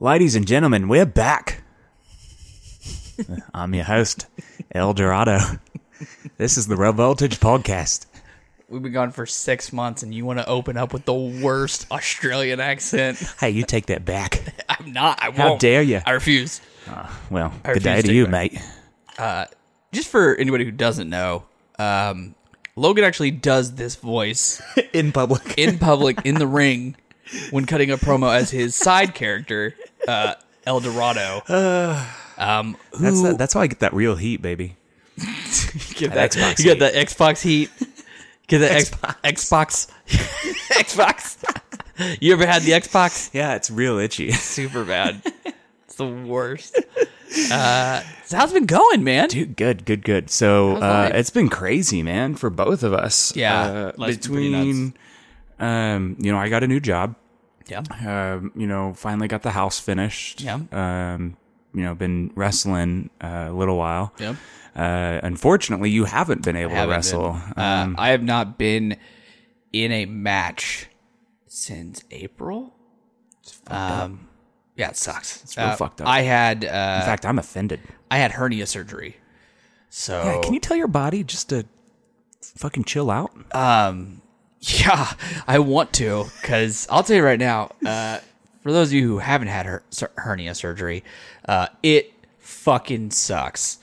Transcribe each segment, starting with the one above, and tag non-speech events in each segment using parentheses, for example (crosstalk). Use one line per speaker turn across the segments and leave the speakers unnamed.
Ladies and gentlemen, we're (laughs) back. I'm your host, El Dorado. This is the Real Voltage Podcast.
We've been gone for six months, and you want to open up with the worst Australian accent? (laughs)
Hey, you take that back.
I'm not. I
How
won't.
dare you.
I refuse.
Well,
I
good day
refuse
to
to
you,
take
mate.
Just for anybody who doesn't know, um, Logan actually does this voice
(laughs) In public.
in public in the ring when cutting a promo as his side character, uh,
(sighs)
El Dorado. Um,
That's,
who
that's how I get that real heat, baby.
get that
Xbox
(laughs) you get the Xbox heat. Get
(laughs)
the X- Xbox. Xbox. (laughs) you ever had the Xbox?
Yeah, it's real itchy. (laughs)
super bad. (laughs) it's the worst. Uh, so how's it been going, man?
Dude, good, good, good. So uh,
life?
it's been crazy, man, for both of us.
Yeah,
Uh,
life's been pretty
between, um, you know, I got a new job.
Yeah.
um, you know, finally got the house finished.
Yeah.
Um, you know, been wrestling uh, a little while.
Yeah.
Uh, unfortunately, you haven't been able to
Haven't
wrestle. Um,
been. Uh, I have not been in a match since April. um, yeah, it sucks. It's
real fucked up.
I had
In
uh,
fact, I'm offended.
I had hernia surgery. So yeah,
Can you tell your body just to fucking chill out?
Uh, Yeah, I want to because I'll tell you right now. Uh, for those of you who haven't had her- sur- hernia surgery, uh, it fucking sucks.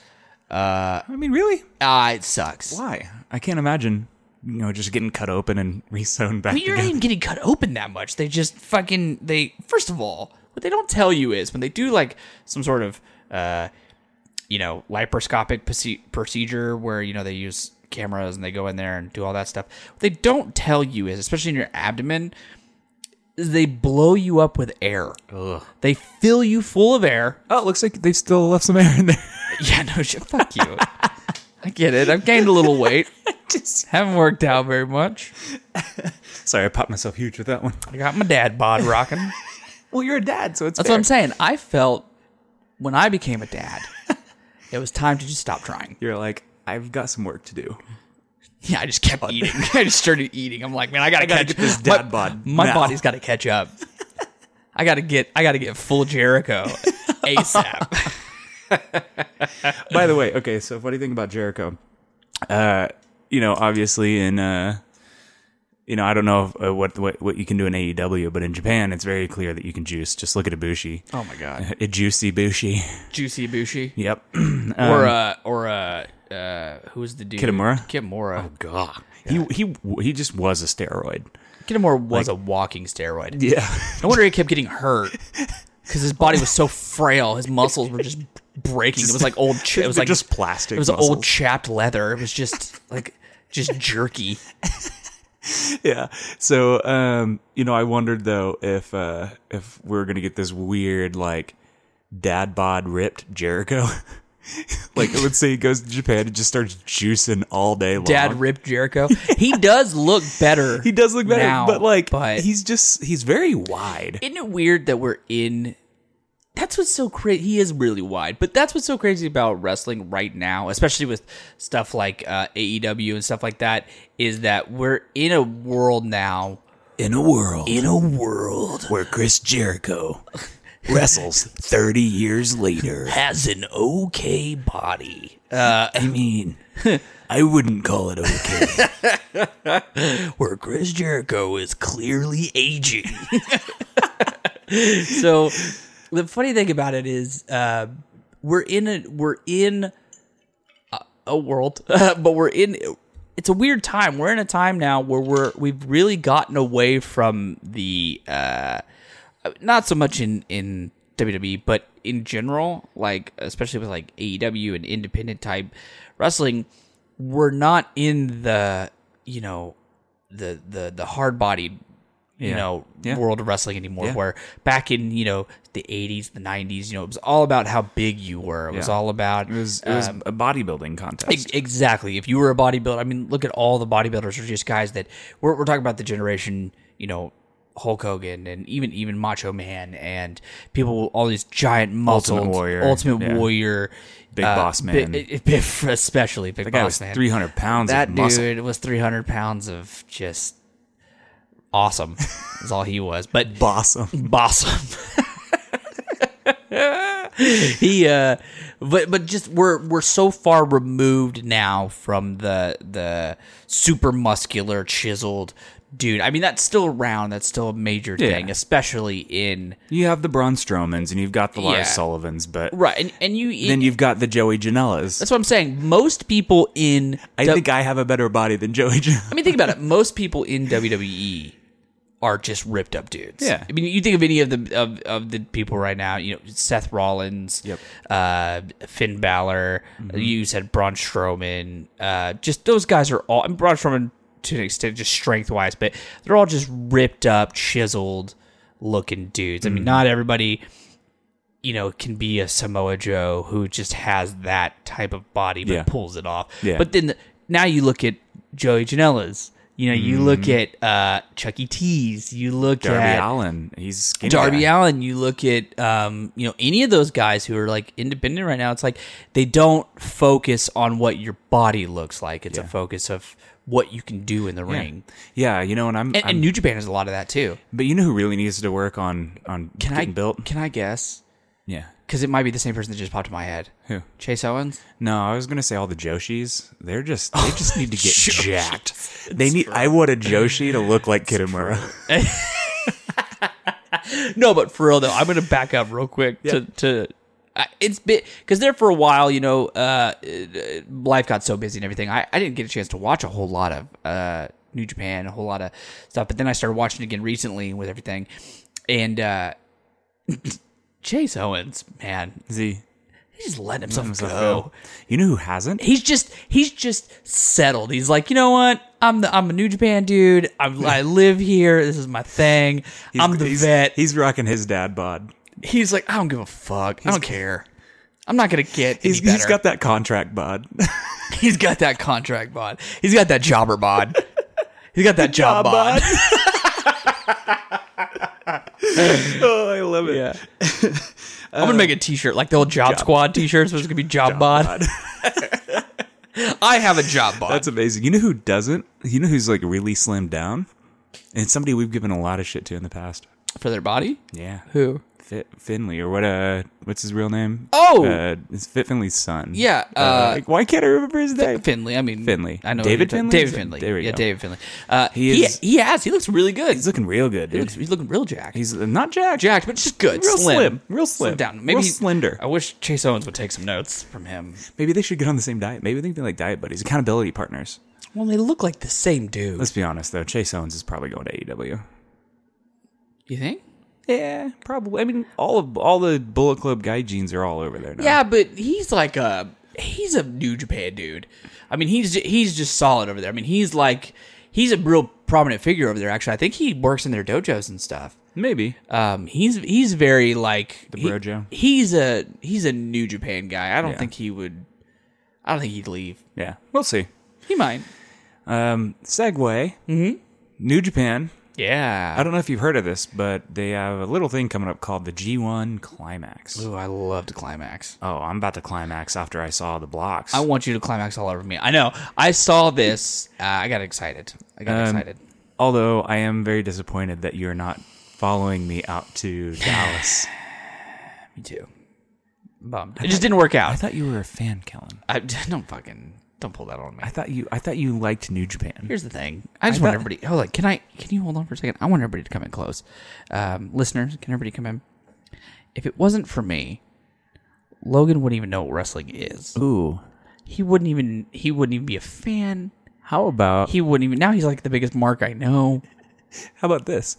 I mean, really?
Ah, it sucks.
Why? I can't imagine. You know, just getting cut open and (laughs) re-sewn back
But you're not
together.
even getting cut open that much. They just fucking they. First of all, what they don't tell you is when they do like some sort of, uh, you know, laparoscopic proce- procedure where you know they use cameras and they go in there and do all that stuff. What they don't tell you is, especially in your abdomen, is they blow you up with air. They fill you full of air. (laughs)
Oh, it looks like they've still left some air in there. (laughs)
Yeah, no shit. Fuck you. I get it. I've gained a little weight.
Just-
Haven't worked out very much.
Sorry, I popped myself huge with that one. (laughs)
I got my dad bod rocking.
Well, you're a dad, so it's
That's what I'm saying. I felt when I became a dad, it was time to just stop trying.
You're like, I've got some work to do.
Yeah, I just kept eating. (laughs) I just started eating. I'm like, man, I gotta,
gotta
catch
get this
my-
dad bod
My
now."
body's gotta catch up. I gotta get. I gotta get full (laughs) Jericho ASAP.
By the way, okay, so funny thing about Jericho. Uh, you know, obviously in uh you know, I don't know if, uh, what, what what you can do in AEW, but in Japan, it's very clear that you can juice. Just look at Ibushi.
oh
(laughs)
my god,
A juicy Bushi.
(laughs) juicy Ibushi
(laughs) Yep. (clears throat)
or uh or uh, uh who's the dude?
Kitamura?
Kitamura. Oh,
God. He he he just was a steroid.
Kitamura was a walking
(laughs)
steroid.
Yeah.
No wonder he kept getting hurt because his body was (laughs) so frail. His muscles were just breaking. it was like old. Ch- it was like
just plastic.
It was
muscles.
old chapped leather. It was
(laughs)
just like just jerky.
Uh-huh. yeah. So, um, you know, I wondered though if uh if we're gonna get this weird like dad bod ripped Jericho. (laughs) like let's say he goes to Japan and just starts juicing all day long.
Dad ripped Jericho. He does look better.
(laughs) he does look better,
now,
but like
but
he's just he's very wide.
isn't it weird that we're in? That's what's so crazy. He is really wide, but that's what's so crazy about wrestling right now, especially with stuff like uh, AEW and stuff like that, is that we're in a world now
in a world in a world where Chris Jericho wrestles 30 years later.
has an okay body.
I mean, I wouldn't call it okay.
where Chris Jericho is clearly aging. (laughs) so the funny thing about it is uh, we're in a we're in a, a world, (laughs) but we're in it's a weird time. We're in a time now where we're we've really gotten away from the uh, not so much in in WWE, but in general, like especially with like AEW and independent type wrestling, we're not in the you know the the the hard bodied you
Yeah.
know
Yeah.
world of wrestling anymore.
Yeah.
Where back in you know the eighties, the nineties, you know it was all about how big you were. It was
Yeah.
all about
It was, it was
Um,
a bodybuilding contest.
Ex- Exactly. If you were a bodybuilder, I mean, look at all the bodybuilders are just guys that we're, we're talking about the generation, you know, Hulk Hogan and even even Macho Man and people with all these giant muscles,
Ultimate Warrior,
Ultimate
yeah.
Warrior,
Big Boss
(laughs)
Man.
bi- bi- especially Big
That guy was
Boss Man.
300 pounds
that
of muscle.
dude was three hundred pounds of just
(laughs)
awesome. That's all he was. But
Bossum.
Bossum. (laughs) he uh but but just we're we're so far removed now from the the super muscular chiseled dude i mean that's still around that's still a major
Yeah.
thing especially in
You have the Braun Strowmans and you've got the Lars
Yeah.
Sullivans, but
right and, and you
then you've got the Joey
that's
Janellas.
what i'm saying most people in
I
the-
think I have a better body than Joey Janela.
I mean, think about it. Most people in WWE are just ripped up dudes.
Yeah.
I mean, you think of any of the of, of the people right now. You know, Seth Rollins.
Yep. Mm-hmm.
Uh, Finn Balor. You said Braun Strowman. Uh, just those guys are all. And Braun Strowman to an extent, just strength wise, but they're all just ripped up, chiseled looking dudes. I
Mm-hmm.
mean, not everybody. You know, can be a Samoa Joe who just has that type of body, but
Yeah.
pulls it off.
Yeah.
But then the, now you look at Joey Janela's. You know, you look at uh, Chuck E. Cheese. You look
Mm-hmm. Darby
at
Allen. He's skinny.
Darby
guy.
Allen. You look at um, you know any of those guys who are like independent right now. It's like they don't focus on what your body looks like. It's a focus of what you can do in the ring.
Yeah, you know, and I'm,
And,
I'm
and New Japan is a lot of that too.
but you know who really needs to work on on
Can
getting
I
built?
Can I guess?
Yeah.
Because it might be the same person that just popped in my head.
Who?
Chase Owens.
No, I was gonna say all the Joshis. They're just they just
(laughs)
need to get
Joshis.
jacked. They need. I want a Joshi to look like Kitamura.
No, but for real though, I'm gonna back up real quick to to. I- It's been because there for a while, you know, uh, uh, life got so busy and everything. I, I didn't get a chance to watch a whole lot of uh, New Japan, a whole lot of stuff. But then I started watching again recently with everything, and uh, (laughs) Chase Owens, man,
(laughs) Z.
he just let himself,
Himself
go.
go. You know who hasn't?
He's just he's just settled. He's like, you know what? I'm the I'm a New Japan dude. I, I live here. This is my thing. I'm the
he's,
vet.
He's rocking his dad bod.
He's like, I don't give a fuck. I don't care. I'm not gonna get.
He's,
any
he's
better." (laughs)
got that contract bod.
he's got that contract bod. He's got that
(laughs)
jobber bod. He's got that job, bod.
(laughs)
(laughs)
oh, I love it.
Yeah. I'm gonna make
Um,
a T-shirt like the old Job, Squad T-shirts. There's gonna be job, bod. (laughs) I have a job
(laughs)
bod.
That's amazing. You know who doesn't? You know who's like really slimmed down? And it's somebody we've given a lot of shit to in the past.
for their body.
Yeah.
Who?
Fit Finley or what? Uh, what's his real name?
Oh!
uh, it's Fit Finley's son.
Yeah, uh,
like, why can't I remember his name?
Finley. I mean
Finley.
I know
David
you're
Finley?
talking- David Finley.
There we
yeah,
go.
David Finley. Uh,
He
he
is-
he has. He looks really good.
He's looking real good,
He
dude.
looks, he's looking real jacked.
He's uh, not jacked.
jacked, but just good.
Real
slim.
slim. Real slim.
down. Maybe
Real
he-
slender.
I wish Chase Owens would take some notes from him.
Maybe they should get on the same diet. Maybe they can be like diet buddies, accountability partners.
Well, they look like the same dude.
Let's be honest though. Chase Owens is probably going to E AEW.
you think?
Yeah, probably. I mean, all of all the Bullet Club guy jeans are all over there now.
Yeah, but he's like a he's a New Japan dude. I mean, he's he's just solid over there. I mean, he's like he's a real prominent figure over there. Actually, I think he works in their dojos and stuff.
maybe.
Um, he's he's very like the
brojo.
he's a he's a New Japan guy. I don't
Yeah.
think he would. I don't think he'd leave.
Yeah, we'll see.
He might.
Um, segue. Mm-hmm. New Japan. I
Yeah.
don't know if you've heard of this, but they have a little thing coming up called the G1 Climax.
Ooh, I loved climax.
Oh, I'm about to climax after I saw the blocks.
I want you to climax all over me. I know. I saw this. Uh, I got excited. I got excited.
Although I am very disappointed that you're not following me out to (laughs) Dallas.
Me too. Bummed. It just didn't work out.
I thought you were a fan, Kellen.
I (laughs) don't fucking don't pull that on me.
I thought you I thought you liked New Japan.
Here's the thing. I just want everybody. Hold on. Can I? Can you hold on for a second? I want everybody to come in close. Um, listeners, can everybody come in? If it wasn't for me, Logan wouldn't even know what wrestling is.
Ooh.
He wouldn't even. He wouldn't even be a fan.
How about
He wouldn't even. Now he's like the biggest mark I know.
how about this?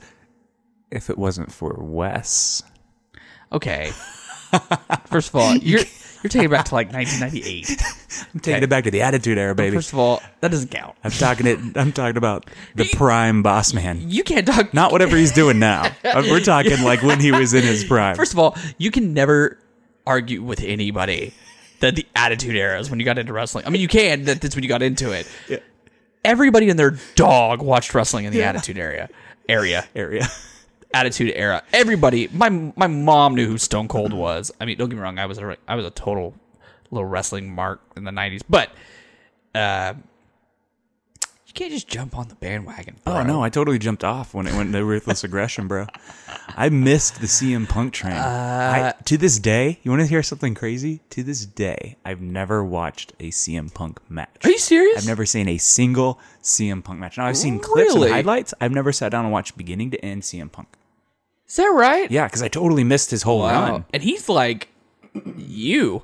If it wasn't for Wes.
(laughs) Okay. First of all, (laughs) you're you're taking it back to like (laughs) 1998.
I'm taking it back to the attitude era, baby.
First of all, that doesn't count.
I'm talking it I'm talking about the (laughs) prime boss man.
You can't talk.
Not whatever he's doing now. Uh, We're talking like when he was in (laughs) his prime.
First of all, you can never argue with anybody that the attitude era is when you got into wrestling. I mean, you can that that's when you got into it. Everybody and their dog watched wrestling in the attitude area. Area,
area.
attitude era. Everybody. My my mom knew who Stone Cold was. I mean, don't get me wrong. I was a, I was a total little wrestling mark in the '90s, but uh, you can't just jump on the bandwagon. Bro.
Oh no, I totally jumped off when it went to (laughs) ruthless aggression, bro. I missed the CM Punk train. I, to this day, you want to hear something crazy? To this day, I've never watched a CM Punk match.
Are you serious?
I've never seen a single CM Punk match. Now I've seen clips and
Really?
highlights. I've never sat down and watched beginning to end CM Punk.
Is that right?
Yeah, because I totally missed his whole
Wow.
run.
And he's like you.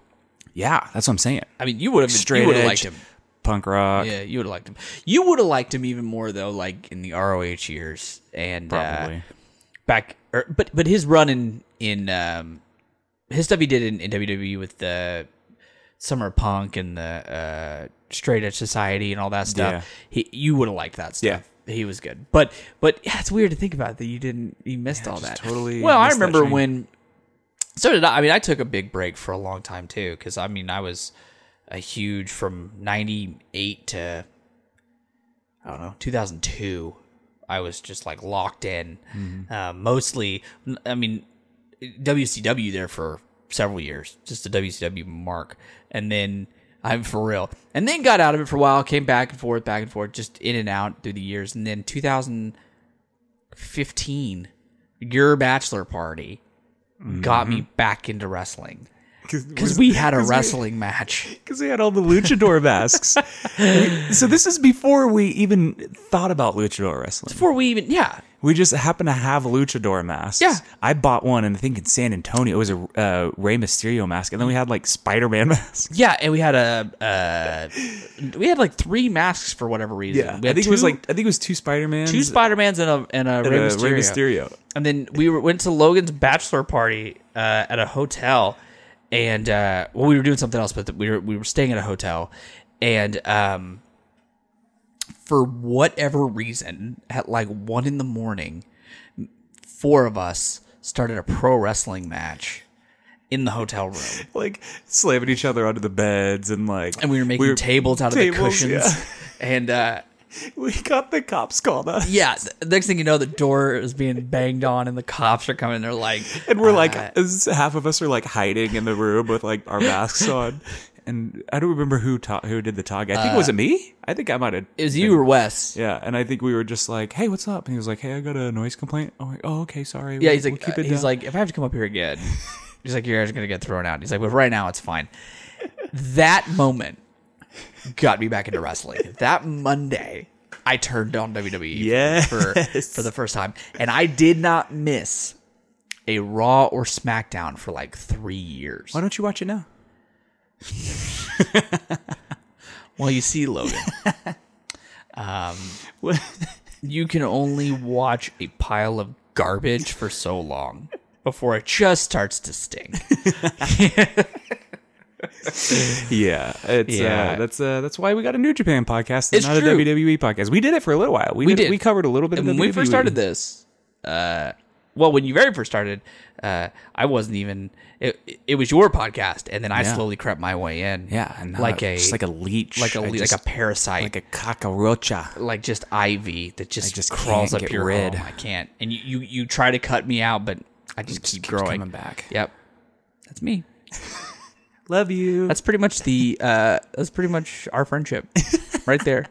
Yeah, that's what I'm saying.
I mean, you would have
Straight
you would have
edge,
liked him.
punk rock.
Yeah, you would have liked him. You would have liked him even more though, like in the ROH years and
Probably.
Uh, back. Or, but but his run in in um, his stuff he did in, in WWE with the Summer of Punk and the uh, Straight Edge Society and all that stuff. He you would have liked that stuff. He was good, but but yeah, it's weird to think about that you didn't you missed all that.
just totally
Well, I
missed that
remember
train.
when. So did I. I mean, I took a big break for a long time too, because I mean, I was a huge from '98 to I don't know 2002. I was just like locked in,
Mm-hmm.
uh, mostly. I mean, WCW there for several years, just the WCW mark, and then I'm for real, and then got out of it for a while. Came back and forth, back and forth, just in and out through the years, and then 2015, your bachelor party got me
Mm-hmm.
back into wrestling because we had a wrestling match.
because we had all the luchador (laughs) masks. We- so this is before we even thought about luchador wrestling.
Before we even, yeah,
We just happened to have luchador masks.
Yeah.
I bought one, and I think in San Antonio it was a uh, Rey Mysterio mask, and then we had like Spider Man (laughs) masks.
yeah, and we had a, uh, we had like three masks for whatever reason.
I
we had
think it was
two-
like I think it was two Spider Man,
two Spider Mans and a and a Rey, Mysterio.
Rey Mysterio.
And then we were, went to Logan's bachelor party uh, at a hotel, and uh, well, we were doing something else, but we were we were staying at a hotel, and um, for whatever reason, at like one in the morning, four of us started a pro wrestling match in the hotel room.
like slamming each other onto the beds and like
and we were making tables out of the
tables,
cushions. And uh,
we got the cops called us
yeah, the next thing you know, the door is being banged on, and the cops are coming. They're like,
and we're like
Uh,
s- half of us are like hiding in the room with like our
(laughs)
masks on and i don't remember who ta- who did the tag i think was it me i think i might have
Uh, "Is you or Wes?"
yeah and i think we were just like hey what's up and he was like hey i got a noise complaint oh, oh okay sorry
Yeah,
We'll-
he's like,
we'll keep
uh,
it
he's
down.
like, if I have to come up here
(laughs)
again, he's like, you're gonna get thrown out. He's like, but right now it's fine. That moment got me back into wrestling. That Monday, I turned on WWE
Yes.
for for the first time, and I did not miss a Raw or SmackDown for like three years.
why don't you watch it now
Well, you
(laughs)
see, Logan, um, you can only watch a pile of garbage for so
(laughs)
long before it just starts to stink.
yeah it's
Yeah.
Uh, that's uh that's why we got a new japan podcast and
It's
not
true.
a wwe podcast we did it for a little while we, did,
did.
we covered a little bit of E.
when we first
WWE.
started this, uh, well, when you very first started, uh, I wasn't even. It, it was your podcast, and then I
Yeah.
slowly crept my way in.
yeah and uh,
like a
just like a leech
like a
I
like
just-
a parasite,
like a cockroacha
like just ivy that just,
just
crawls
can't
up
get
your
rid.
rid. I can't. And you, you you try to cut me out, but I just, keep
keeps
growing.
coming back.
Yep, that's me.
Love you.
That's pretty much the uh that's pretty much our
(laughs)
friendship, right there.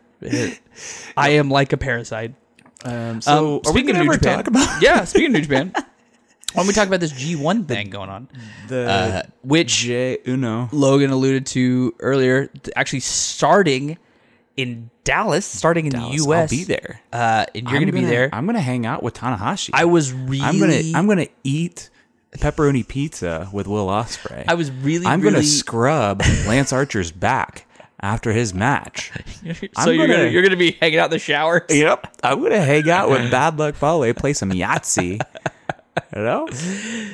I am like a parasite. Um,
so are we
speaking
gonna
of New
ever
Japan-
talk about-
(laughs) yeah? Speaking of
(laughs)
New Japan, why don't we talk about this G one thing going on,
the
uh, which
J Uno.
Logan alluded to earlier, th- actually starting in Dallas, starting in
Dallas.
the U.S.
I'll be there.
uh, and you're
I'm
gonna, be there. i
I'm gonna hang out with Tanahashi.
was really,
I'm gonna I'm gonna eat pepperoni pizza with Will Osprey.
I was really,
I'm
really,
gonna scrub Lance Archer's back after his
(laughs)
match.
(laughs) so
I'm
you're
gonna-
gonna you're gonna be hanging out in the shower.
yep. (laughs) I'm gonna hang out with Bad Luck Fale, play some Yahtzee. You know?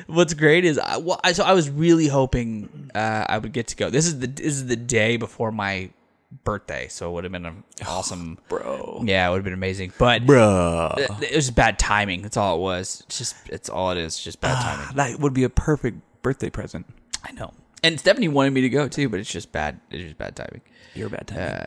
what's great is I, well, I so I was really hoping uh, I would get to go. This is the this is the day before my birthday, so it would have been (sighs) an awesome,
Bro.
Yeah, it would have been amazing, but
Bruh.
it, it was just bad timing. That's all it was. It's just it's all it is. Just (sighs) bad timing.
Ah, That would be a perfect birthday present.
I know. And Stephanie wanted me to go too, but it's just bad. It's just bad timing.
Your bad time.
Uh,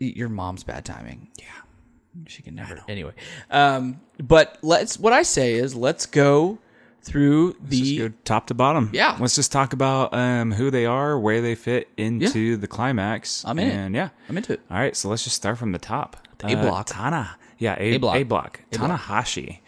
y- your mom's bad timing. Yeah, she can never. Anyway, um, but let's. What I say is, let's go through the.
Just go top to bottom.
Yeah.
Let's just talk about um, who they are, where they fit into the climax.
I'm in it.
And yeah.
I'm into it.
All right. So let's just start from the top.
A block.
Uh, Tana. Yeah, A,
A-block.
A block. Tanahashi.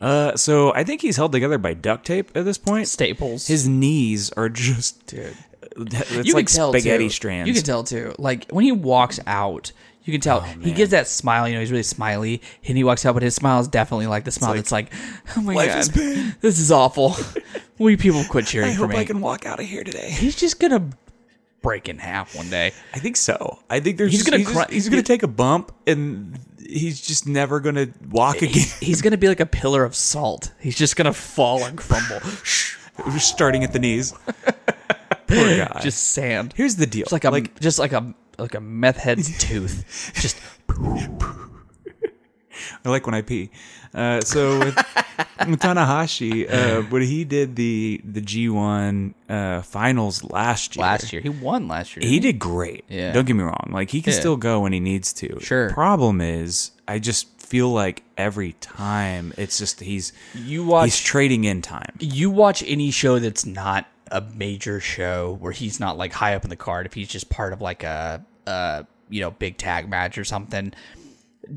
Uh, so I think he's held together by duct tape at this point.
Staples.
His knees are (laughs) just.
Dude.
It's
you
like
can tell
spaghetti
too.
strands. Oh,
You can tell too. Like when he walks out, you can tell he gives that smile. You know, he's really smiley, and he walks out, but his smile is definitely like the smile that's like, "Oh my
Life
god,
is pain."
this is
(laughs)
awful." we people quit cheering
I
for
hope
me.
I can walk out of here today.
He's just gonna break in half one day.
I think so. I think there's
He's
just-
gonna
he's, just-
cry-
he's gonna take a bump and he's just never gonna walk again. (laughs)
He's gonna be like a pillar of salt. He's just gonna fall and crumble.
(laughs) We're starting at the knees. Poor guy.
just sand.
here's the deal.
It's like a just like a like a meth head's tooth.
(laughs)
Just
I like when I pee. Uh, so
(laughs)
with, with Tanahashi, uh, when he did the the G one uh, finals last year,
last year he won last year.
he did great.
Yeah.
Don't get me wrong. Like he can
Yeah.
still go when he needs to.
Sure.
Problem is, I just feel like every time it's just he's
You watch-
he's trading in time.
you watch any show that's not a major show where he's not like high up in the card if he's just part of like a uh you know big tag match or something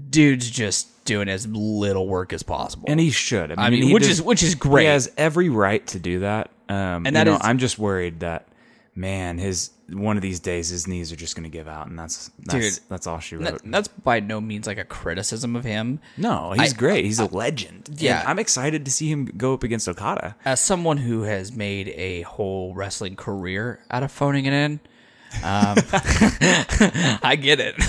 dude's just doing as little work as possible
And he should.
i mean
he
which
does-
is which is great
He has every right to do that. Um,
And
and
that
you know,
is-
I'm just worried that man, his one of these days his knees are just going to give out, and that's that's,
Dude.
that's all she
That-
wrote.
that's by no means like a criticism of him
no, he's
I-
great. He's a legend. And
yeah.
I'm excited to see him go up against Okada.
as someone who has made a whole wrestling career out of phoning it in um, (laughs) I get it. (laughs)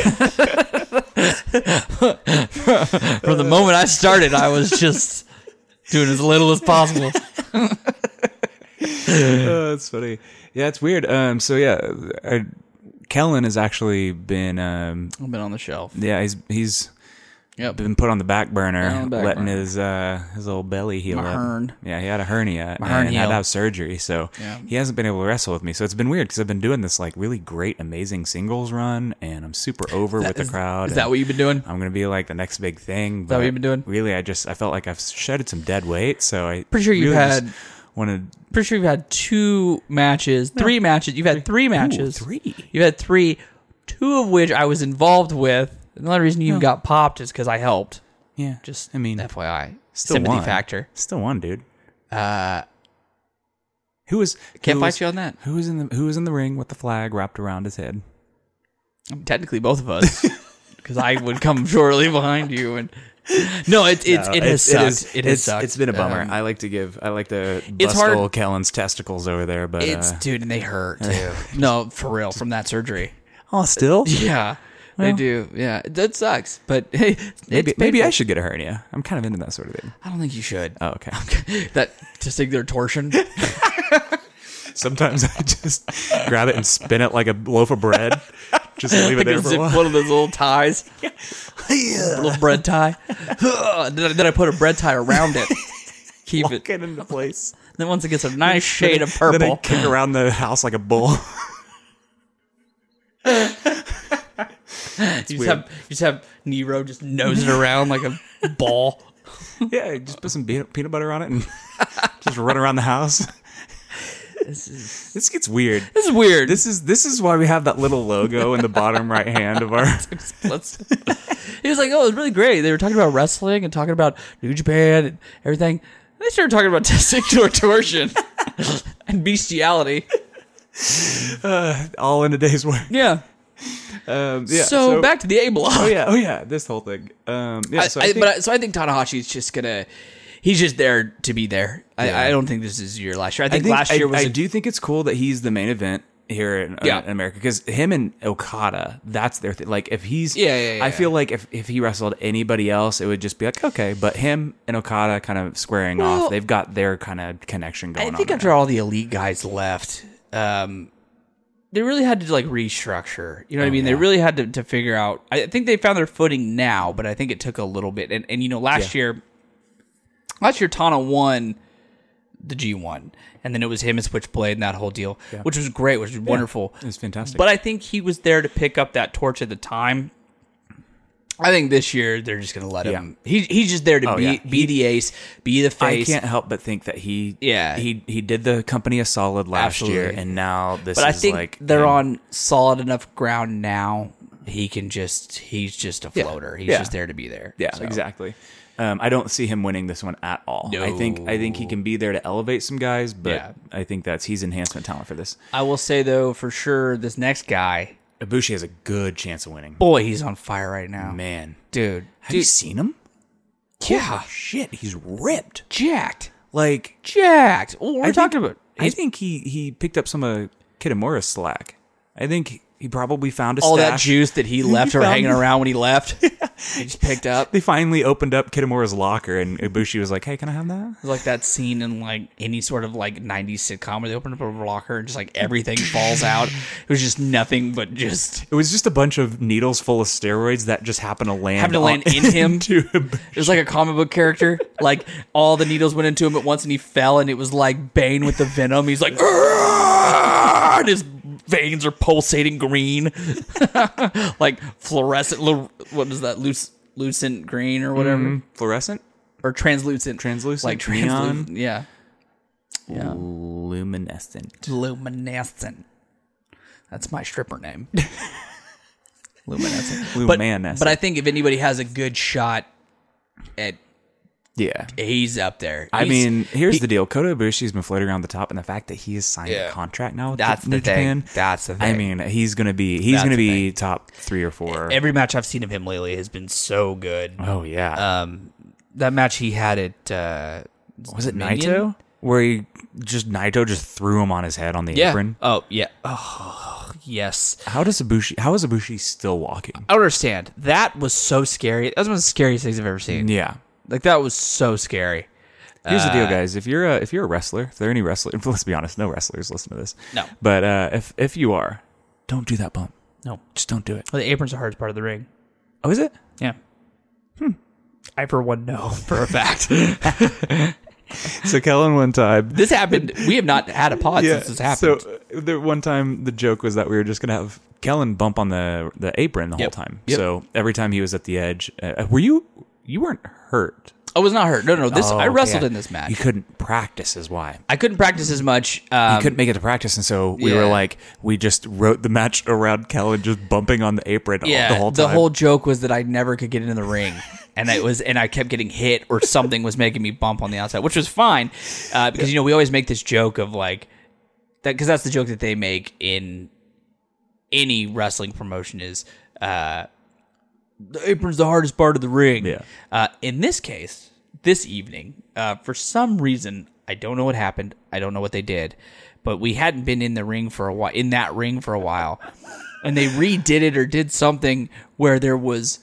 From the moment I started, I was just doing as little as possible.
(laughs) Oh, that's funny. Yeah, it's weird. Um, so yeah, I, Kellen has actually been um,
I've been on the shelf.
yeah, he's he's
Yep.
been put on the back burner,
On the back
letting
burner.
his uh, his old belly heal
My
up.
hern.
Yeah, he had a hernia
hern
and had
healed.
to have surgery, so
Yeah.
he hasn't been able to wrestle with me. So it's been weird because I've been doing this like really great, amazing singles run, and I'm super over with the crowd.
Is that
and
what you've been doing?
I'm gonna be like the next big thing. Is
that what you've been doing?
Really, I just I felt like I've shedded some dead weight, so I
Pretty sure you've
really just
had-
wanted
Pretty sure you've had two matches, three matches. You've had three matches.
three.
You've had three, two of which I was involved with. And the only reason you even got popped is because I helped.
yeah.
Just
I mean,
FYI,
still
sympathy
won.
factor.
Still one, dude. Uh, who was
Can't
who
fight
was-
you on that.
Who was in the Who was in the ring with the flag wrapped around his head?
Technically, both of
(laughs)
us, because I would come shortly behind you. And no, it, it's it has sucked. It,
is-
has
Uh, it's-
sucked.
It's been a bummer.
Um,
I uh, like to give. I like to bust
It's
it's
hard-
old Kellen's testicles over there, but
it's
uh,
dude, and they
(laughs)
hurt too. no, for real, from that surgery.
oh, still.
(laughs) Yeah, they do. Yeah, that sucks. But hey, it's
Maybe maybe
painful.
I should get a hernia. I'm kind of into that sort of thing.
I don't think you should.
Oh, (laughs) okay.
(laughs) that testicular torsion.
Sometimes I just grab it and spin it like a loaf of bread. Just leave it
like
there
a
for a
zip,
while.
(laughs) one of those little ties,
Yeah.
little
(laughs)
bread tie. then, I, then I put a bread tie around it. Keep it.
Get into
(laughs)
place.
Then once it gets a nice shade of
Then I
purple,
kick around the house like a bull.
(laughs) you just have you just have Nero just nosing around like a (laughs) ball.
yeah, just put some peanut peanut butter on it and (laughs) just run around the house.
This is
This gets weird.
this is weird.
This is this is why we have that little logo in the bottom right hand of our
(laughs)
(laughs)
Let's- (laughs) he was like, "Oh, it was really great." They were talking about wrestling and talking about New Japan and everything. And they started talking about (laughs) testicular torsion (laughs) and bestiality.
all in a day's work.
Yeah.
Um, yeah.
so, back to the A block.
Oh yeah. Oh yeah. This whole thing. Um, yeah.
I,
so
I-
I, think,
but I, so I think Tanahashi is just gonna. He's just there to be there. I, I don't think this is your last year. I
I
think,
think
last year
I-
was
I
a-
do think it's cool that he's the main event here in, uh,
Yeah.
in America because him and Okada, that's their thing. Like if he's,
Yeah, yeah, yeah,
I
yeah.
feel like if if he wrestled anybody else, it would just be like okay. But him and Okada kind of squaring
Well,
off. They've got their kind of connection going.
I think
on
after all the elite guys left, um, they really had to like restructure. You know what I mean? They
Oh, yeah.
really had to, to figure out. I think they found their footing now, but I think it took a little bit. And and you know, last
Yeah.
year, last year Tana won the G one, and then it was him and Switchblade and that whole deal, which was great, which was wonderful.
it was fantastic.
But I think he was there to pick up that torch at the time. I think this year they're just going to let
Yeah. Oh,
him. He, he's just there to be,
yeah.
be the ace, be the
I
face.
can't help but think that he,
Yeah.
he he did the company a solid last year,
Absolutely.
and now this
But I
is
think
like
they're
him.
on solid enough ground now he can just he's just a
Yeah.
floater. He's
Yeah.
just there to be there.
Yeah,
So,
exactly. Um, I don't see him winning this one at all. I think I think he can be there to elevate some guys, but
Yeah.
I think that's he's enhancement talent for this.
I will say though for sure this next guy,
Ibushi has a good chance of winning.
boy, he's on fire right now.
Man,
Dude,
have you
dude,
seen him?
yeah,
Holy shit, he's ripped.
jacked,
Like
jacked. Well, we're
I think-
talking about
I think he he picked up some of Kitamura's slack. I think he probably found a
all that
stash.
juice that he left her
found-
hanging around when
(laughs)
he left. He just picked up.
They finally opened up Kitamura's locker, and Ibushi was like, "Hey, can I have that?"
It's like that scene in like any sort of like 90s sitcom where they open up a locker and just like everything falls out. It was just nothing but just
It was just a bunch of needles full of steroids that just happened to land
happened to
on-
land in
(laughs)
him.
into Ibushi.
It was like a comic book character. Like all the needles went into him at once and he fell and it was like Bane with the venom. He's like "Argh!" and his veins are pulsating green. (laughs) like fluorescent lu- what is that? Luce, lucent green or whatever.
fluorescent,
Or translucent.
Mm-hmm. Translucent,
Like translucent. Yeah. Yeah.
luminescent.
Luminescent. That's my stripper name. Luminescent. But,
(laughs) Luminescent.
but I think if anybody has a good shot at
yeah.
he's up there.
I
He's-
mean, here's the deal. Kota Ibushi's been floating around the top, and the fact that he has signed
Yeah.
a contract now with
That's
New
the thing.
Japan,
That's the
I
thing.
mean, he's gonna be he's
That's
gonna
the
be top three or four.
every match I've seen of him lately has been so good.
oh yeah,
Um that match he had at uh
was it
Dominion?
Naito where he just Naito just threw him on his head on the
Yeah.
apron?
Oh, yeah. Oh, yes.
How does Ibushi? How is Ibushi still walking?
I don't understand. That was so scary. That was one of the scariest things I've ever seen.
Yeah.
Like that was so scary.
Here's the
Uh,
deal, guys. If you're a if you're a wrestler, (laughs) if there are any wrestlers, let's be honest, no wrestlers listen to this.
No.
But uh, if if you are, don't do that bump.
No.
Just don't do it.
Well, the apron's the hardest part of the ring.
Oh, is it?
Yeah. Hmm. I for one (laughs) know for a fact.
So Kellen one time
this happened. We have not had a pod since this happened.
So uh, the one time the joke was that we were just gonna have Kellen bump on the the apron the
Yep.
whole time.
Yep.
So every time he was at the edge, uh, were you you weren't hurt?
I was not hurt. No, no. This
Oh,
I
okay.
wrestled in this match.
You couldn't practice, is why.
I couldn't practice as much. Um,
You couldn't make it to practice, and so we were
yeah.
like, we just wrote the match around Kellen just bumping on the apron all-
yeah,
the whole time.
joke was that I never could get into the ring, and it was, and I kept getting hit or something was making me bump on the outside, which was fine uh, because you know we always make this joke of like that because that's the joke that they make in any wrestling promotion is uh, the apron's the hardest part of the ring.
Yeah.
Uh, in this case, this evening, uh, for some reason, I don't know what happened. I don't know what they did, but we hadn't been in the ring for a while, in that ring for a while, and they redid it or did something where there was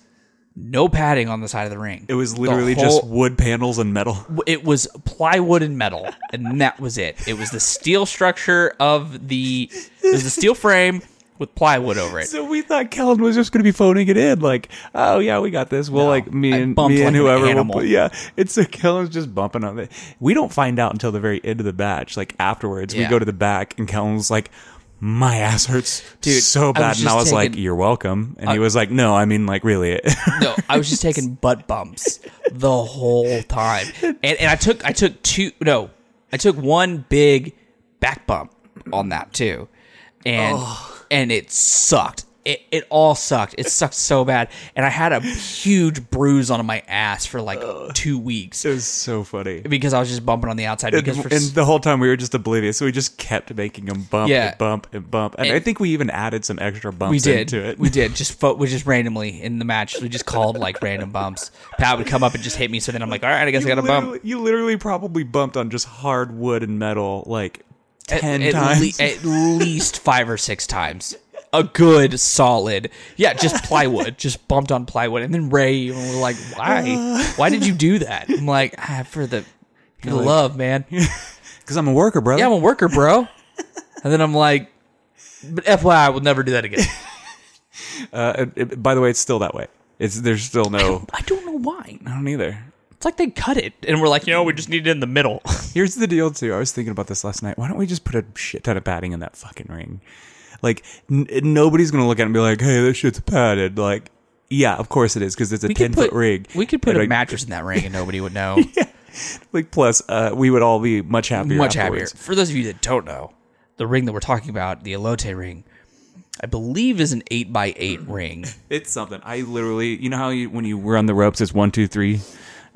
no padding on the side of the ring.
it was literally just wood panels and metal.
It was plywood and metal, and that was it. It was the steel structure of the. It was the steel frame with plywood over it.
So we thought Kellen was just going to be phoning it in, like, oh yeah, we got this. Well, like me
I
and
bumped
me and
like an
whoever, will
animal.
put- yeah. And so Kellen's just bumping on it. We don't find out until the very end of the match, like afterwards.
Yeah.
We go to the back, and Kellen's like, "My ass hurts,
Dude, I
so
was
bad." and I
just Uh,
was like,
taking-
"You're welcome." And he was like, "No, I mean, like, really." (laughs)
(laughs) No, I was just taking butt bumps the whole time, and and I took I took two no, I took one big back bump on that too, and and it sucked. It it all sucked. It sucked so bad, and I had a huge bruise on my ass for like two weeks
it was so funny.
because I was just bumping on the outside
And,
because for
and the whole time we were just oblivious, so we just kept making him bump
Yeah.
and bump and bump, and,
And-
I think we even added some extra bumps
we did.
into it.
We did. Just fo- we just randomly in the match. We just called like random bumps. Pat would come up and just hit me. So then I'm like, all right, I guess I got a bump.
Literally- You literally probably bumped on just hard wood and metal like
At-
ten
at,
times.
le- at least five or six times. A good solid, yeah, just plywood, just bumped on plywood, and then Ray even was like, "Why? Why did you do that?" I'm like, ah, "For the, for the
like- (laughs)
love, man. Yeah,
Because I'm a worker, brother.
I'm a worker, bro." And then I'm like, "But FYI, I will never do
(laughs)
that again."
uh, it- it- by the way, it's still that way. It's there's still no.
I don't know why.
I don't either.
It's like they cut it, and we're like, "You know, we just need it in the middle."
Here's the deal too. I was thinking about this last night. Why don't we just put a shit ton of padding in that fucking ring? Like n- nobody's gonna look at it and be like, "Hey, this shit's padded." Like, yeah, of course it is because it's a
We
ten
could put
foot rig.
We could put
And
a
like,
mattress in that ring, and nobody
(laughs)
would know.
Like, plus, uh, we would all be much happier.
much
afterwards.
happier. For those of you that don't know, the ring that we're talking about, the elote ring, I believe is an eight by eight ring.
It's something. I literally, you know how you, when you were on the ropes, it's one, two, three.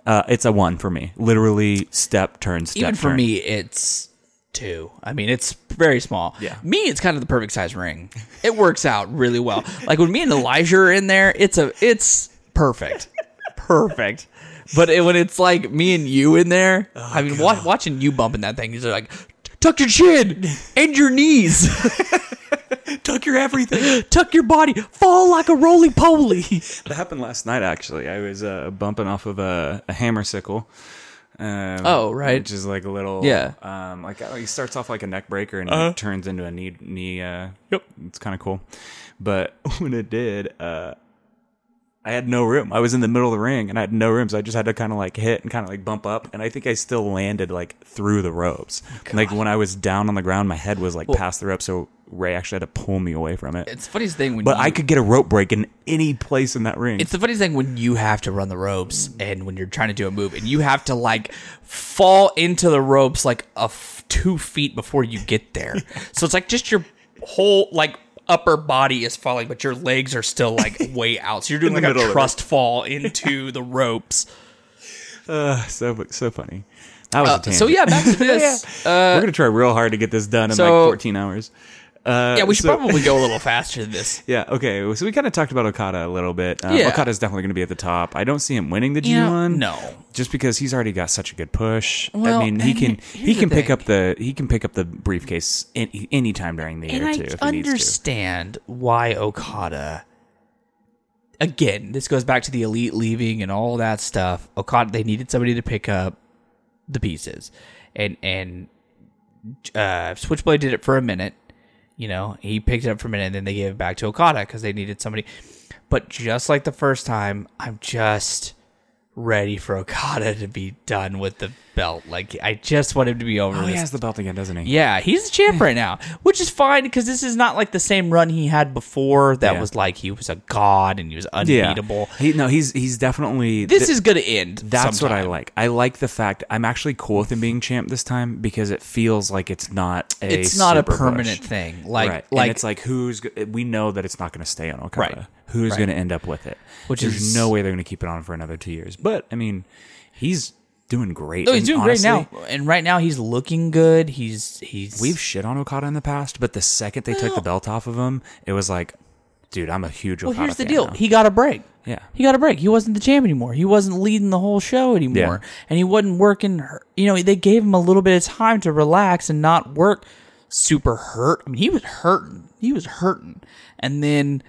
Uh, it's a one for me. Literally, step turn, step.
Even for
turn.
me, it's two. I mean, it's very small.
Yeah.
Me, it's kind of the perfect size ring. It works out really well. Like when me and Elijah are in there, it's a it's
(laughs)
perfect, perfect. But it, when it's like me and you in there,
Oh,
I mean, wa- watching you bumping that thing, you're just like, tuck your chin and your knees,
(laughs) tuck your everything.
(laughs) tuck your body, fall like a roly poly.
that happened last night. Actually, I was uh, bumping off of a, a hammer sickle. Um,
Oh, right.
which is like a little
Yeah.
Um, like I don't know, he starts off like a neck breaker and it turns into a knee knee. Uh,
Yep.
it's kind of cool. But (laughs) when it did, uh, I had no room. I was in the middle of the ring and I had no room, so I just had to kind of like hit and kind of like bump up. And I think I still landed like through the ropes. like when I was down on the ground, my head was like past the rope, so Ray actually had to pull me away from it.
It's the funniest thing when
But
you,
I could get a rope break in any place in that ring.
It's the funniest thing when you have to run the ropes and when you're trying to do a move and you have to like fall into the ropes like a f- two feet before you
(laughs)
get there. so it's like just your whole like upper body is falling, but your legs are still
(laughs)
like way out. So you're doing
the
like a
middle of it.
trust fall into the ropes.
uh, so so funny. That was a tangent.
Uh,
(laughs)
So yeah, back to this. Uh,
We're gonna try real hard to get this done in
so-
like 14 hours. Uh,
yeah, we should
so-
probably go a little faster
(laughs)
than this.
Yeah. Okay. So we kind of talked about Okada a little bit. Um,
Yeah.
Okada's definitely going to be at the top. I don't see him winning the
Yeah,
G1.
no.
Just because he's already got such a good push.
Well,
I mean, he
and
can he
here's the
can pick
thing.
up the he can pick up the briefcase any, any time during the
and
year
I
too if he needs to.
understand why Okada. Again, this goes back to the elite leaving and all that stuff. Okada, they needed somebody to pick up the pieces, and and uh, Switchblade did it for a minute. You know, he picked it up for a minute, and then they gave it back to Okada because they needed somebody. But just like the first time, I'm just ready for Okada to be done with the belt. Like I just want him to be over
Oh,
this
he has the belt again, doesn't he?
yeah, he's the champ right now, which is fine because this is not like the same run he had before. That
Yeah.
was like he was a god and he was
Yeah.
unbeatable.
He, no, he's he's definitely
This is gonna end.
That's what I
sometime.
like. I like the fact I'm actually cool with him being champ this time because it feels like it's not a
It's not a
super push.
permanent thing. Like
right.
like
and it's like who's go- eh, we know that it's not going to stay on Okada.
Right.
Who's
Right.
going to end up with it?
Which
There's
is-
no way they're going to keep it on for another two years. But I mean, he's doing great.
no, oh, he's
And
doing
honestly,
great now, and right now he's looking good. He's he's
We've shit on Okada in the past, but the second they took the belt off of him, it was like, dude, I'm a huge.
well.
Okada
Here's the
fan
deal.
now.
He got a break.
yeah,
He got a break. He wasn't the champ anymore. He wasn't leading the whole show anymore. And he wasn't working. her- You know, they gave him a little bit of time to relax and not work super hurt. I mean, he was hurting. He was hurting. And then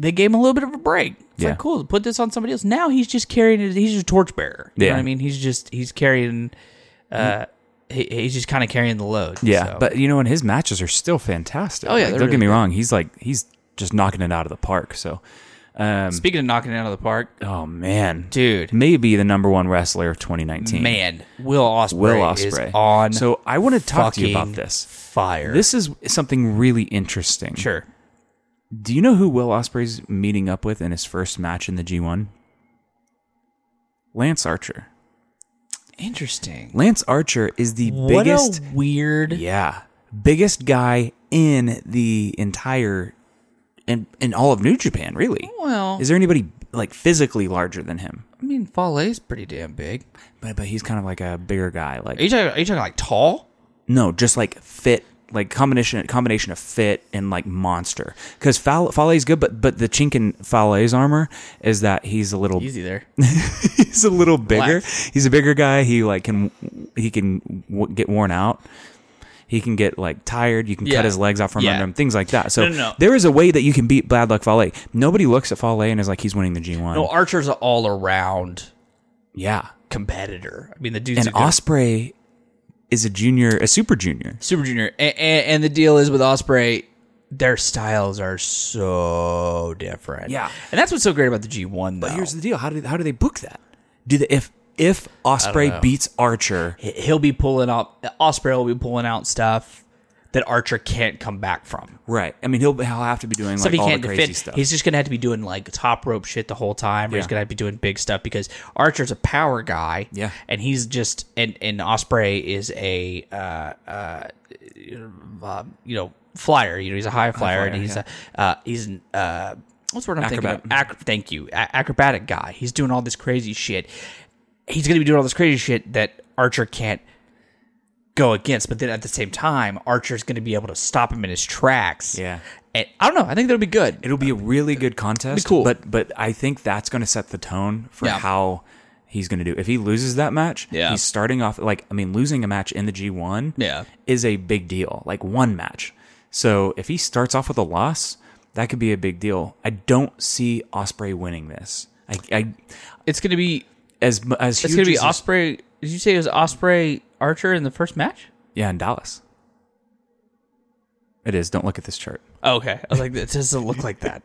they gave him a little bit of a break. It's
Yeah.
like, cool, put this on somebody else. Now he's just carrying it. He's just a torchbearer. You know
Yeah. Mm-hmm.
what I mean? He's just, he's carrying, uh, he, he's just kind of carrying the load.
yeah.
so.
But you know, and his matches are still fantastic.
Oh, yeah,
Like,
they're
don't get
really
me wrong. He's like he's just knocking it out of the park. So, um,
speaking of knocking it out of the park,
oh man,
dude,
maybe the number one wrestler of 2019.
man, Will Osprey,
Will Osprey
is on
So I want to talk to you about
fucking
this.
fire.
This is something really interesting.
sure.
Do you know who Will Osprey's meeting up with in his first match in the G1? Lance Archer.
Interesting.
Lance Archer is the
What
biggest,
a weird.
yeah, biggest guy in the entire, in in all of New Japan. Really?
Well,
Is there anybody like physically larger than him?
I mean, Fale's pretty damn big.
But but he's kind of like a bigger guy. Like
Are you talking? Are you talking like tall?
No, just like fit, like combination combination of fit and like monster. Because Fale, Fale's good, but but the chink in Fale's armor is that he's a little
Easy there.
(laughs) he's a little bigger.
Black.
He's a bigger guy. He like can he can w- get worn out. He can get like tired. You can
Yeah.
cut his legs off from
Yeah.
under him. Things like that. So
No, no, no.
there is a way that you can beat Bad Luck Fale. Nobody looks at Fale and is like he's winning the G one.
(laughs) No, Archer's an all-around
yeah,
competitor. I mean, the dude's
and
a good-
Osprey is a junior, a super junior.
super junior. And, and, and the deal is with Osprey, their styles are so different.
Yeah.
and that's what's so great about the G one though.
But here's the deal: how do how do they book that? Do they if if Osprey beats Archer?
He- He'll be pulling up. Osprey will be pulling out stuff that Archer can't come back from.
Right. I mean, he'll he'll have to be doing
stuff
like all
he
the
can't
crazy
defend.
stuff.
He's just gonna have to be doing like top rope shit the whole time, or he's
Yeah.
gonna be doing big stuff because Archer's a power guy.
Yeah.
and he's just and and Osprey is a uh, uh, uh, you know flyer. You know, he's a high flyer,
flyer,
and he's a uh, he's an uh, what's the word I'm thinking of?
Acrobat.
Ac- thank you, a- acrobatic guy. He's doing all this crazy shit. He's going to be doing all this crazy shit that Archer can't go against. But then at the same time, Archer's going to be able to stop him in his tracks.
Yeah.
and I don't know. I think that'll be good.
It'll be a really good contest.
cool.
But but I think that's going to set the tone for
Yeah.
how he's going to do. If he loses that match,
Yeah.
he's starting off like I mean losing a match in the G1
Yeah.
is a big deal. Like one match. So if he starts off with a loss, that could be a big deal. I don't see Osprey winning this. I, I
It's going to be
as mu- as
it's
huge
going to be
as-
Osprey. Did you say it was Osprey Archer in the first match?
Yeah, in Dallas. It is. Don't look at this
(laughs)
chart.
Oh, okay, I was like, it doesn't look like that.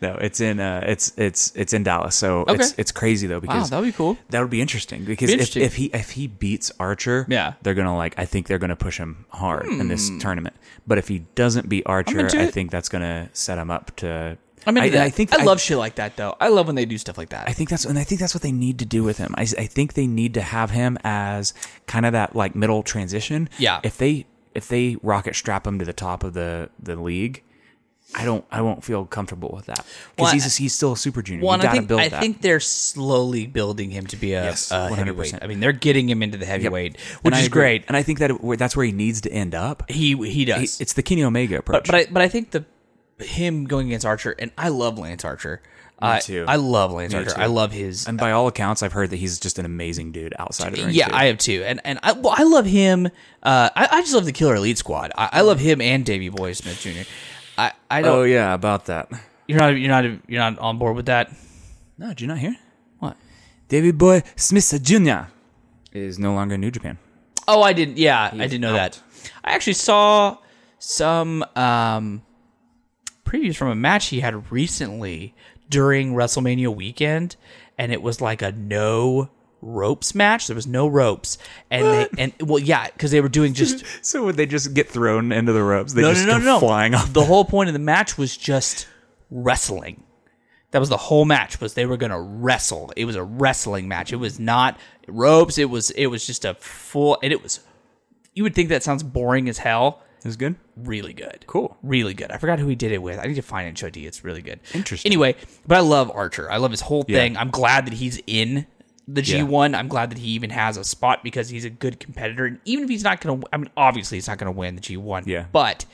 No, it's in uh, it's it's it's in Dallas. So it's it's crazy though
Wow,
because
that would be cool.
That would be interesting because
Be
if,
interesting.
if he if he beats Archer,
Yeah. Hmm.
they're gonna like I think they're gonna push him hard in this tournament. But if he doesn't beat Archer,
into
I
it.
think that's gonna set him up to.
(laughs) I mean,
I, I think
I love shit like that though. I love when they do stuff like that.
I think that's and I think that's what they need to do with him. I, I think they need to have him as kind of that like middle transition.
Yeah.
If they if they rocket strap him to the top of the the league, I don't I won't feel comfortable with that because
Well,
he's a, he's still a super junior.
One,
you gotta
I think
build
I
that.
think they're slowly building him to be a,
Yes,
a
100%.
heavyweight. I mean, they're getting him into the heavyweight,
And
which
I
is
agree.
great.
and I think that it, where- that's where he needs to end up.
He he does.
It's the Kenny Omega approach.
but I but I think the him going against Archer, and I love Lance Archer. I-
too.
I love Lance
Me
Archer.
too.
I love his
and by all accounts, I've heard that he's just an amazing dude outside of the ring.
Yeah,
too.
I have too, and and I well, I love him. Uh, I, I just love the Killer Elite Squad. I, I love him and Davey Boy Smith Jr. I, I don't.
oh yeah, about that.
you're not you're not you're not on board with that.
No, did you not hear?
What?
David Boy Smith Jr. is no longer in New Japan.
Oh, I didn't. Yeah, I didn't know
out.
that. I actually saw some um, previews from a match he had recently during WrestleMania weekend, and it was like a no ropes match. There was no ropes, and they and well, yeah, because they were doing just
So would they just get thrown into the ropes? They
no,
just
no,
go
no, no,
flying off.
The whole point of the match was just wrestling. That was the whole match was they were gonna wrestle. It was a wrestling match. It was not ropes. It was it was just a full and it was. You would think that sounds boring as hell.
Is good.
Really good.
Cool.
Really good. I forgot who he did it with. I need to find it, Joe D. It's really good.
Interesting.
Anyway, but I love Archer. I love his whole thing. I'm glad that he's in the
Yeah.
G1. I'm glad that he even has a spot because he's a good competitor. And even if he's not going to, I mean, obviously he's not going to win the G1.
Yeah.
But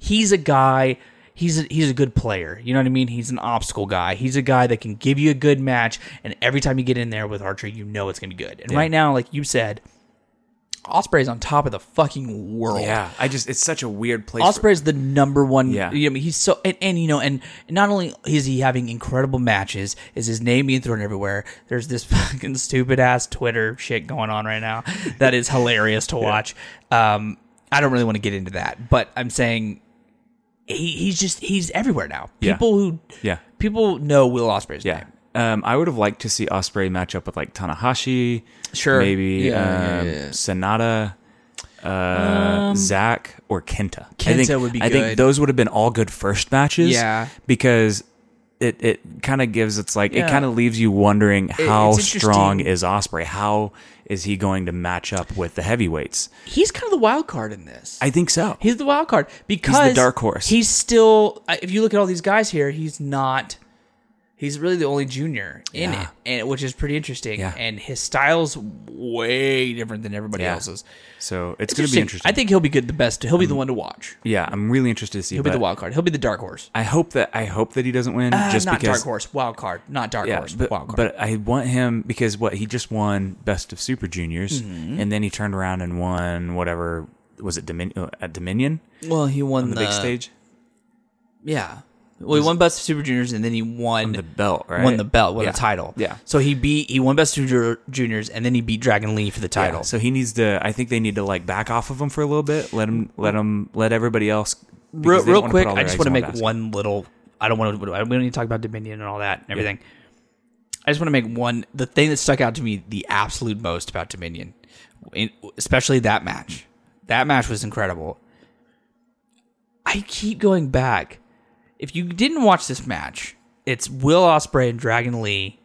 he's a guy. He's a, he's a good player. You know what I mean? He's an obstacle guy. He's a guy that can give you a good match. And every time you get in there with Archer, you know it's going to be good. And right now, like you said, Osprey's on top of the fucking world.
Yeah, I just it's such a weird place. for-
Osprey is the number one.
Yeah.
Yeah, I mean, he's so and, and you know and not only is he having incredible matches, is his name being thrown everywhere. There's this (laughs) fucking stupid ass Twitter shit going on right now that is
(laughs)
hilarious to watch. Um, I don't really want to get into that, but I'm saying he, he's just he's everywhere now.
Yeah.
People who
yeah,
people know Will Osprey's
yeah.
name.
Um, I would have liked to see Osprey match up with like Tanahashi,
Sure.
maybe
Yeah, yeah,
um,
yeah.
Sonata, uh, Zach, or Kenta. I
Um, Kenta
think,
would be
I think
good.
those would have been all good first matches.
Yeah.
because it it kind of gives it's like it
Yeah.
kind of leaves you wondering how
it's
strong
interesting.
is Osprey? How is he going to match up with the heavyweights?
He's kind of the wild card in this.
I think so.
He's the wild card because
dark horse.
He's still. I- If you look at all these guys here, he's not. He's really the only junior in
Yeah.
it, and which is pretty interesting.
Yeah.
And his style's way different than everybody
Yeah.
else's.
So it's, going to be interesting.
I think he'll be good. The best. He'll be the one to watch.
yeah, I'm really interested to see.
He'll be
but
the wild card. He'll be the dark horse.
I hope that I hope that he doesn't win
Uh,
just
not
because
dark horse. Wild card. Not dark horse.
but,
wild card.
but I want him because what he just won Best of Super Juniors,
Mm-hmm.
and then he turned around and won whatever was it Dominion at Dominion
well, he won
the big stage
Yeah. Well, he won Best of Super Juniors, and then he won
the belt right
won the belt, won
yeah.
the title.
yeah.
So he beat he won Best of Super Juniors, and then he beat Dragon Lee for the title.
Yeah, so he needs to. I think they need to like back off of him for a little bit. Let him let him let everybody else.
real,
because they don't
real
wanna put
quick,
all
I
their
just
eggs
want to
in one
make
basket.
one little. I don't want to. We don't need to talk about Dominion and all that and everything. I just want to make one. The thing that stuck out to me the absolute most about Dominion, in- especially that match. That match was incredible. I keep going back. If you didn't watch this match, it's Will Osprey and Dragon Lee,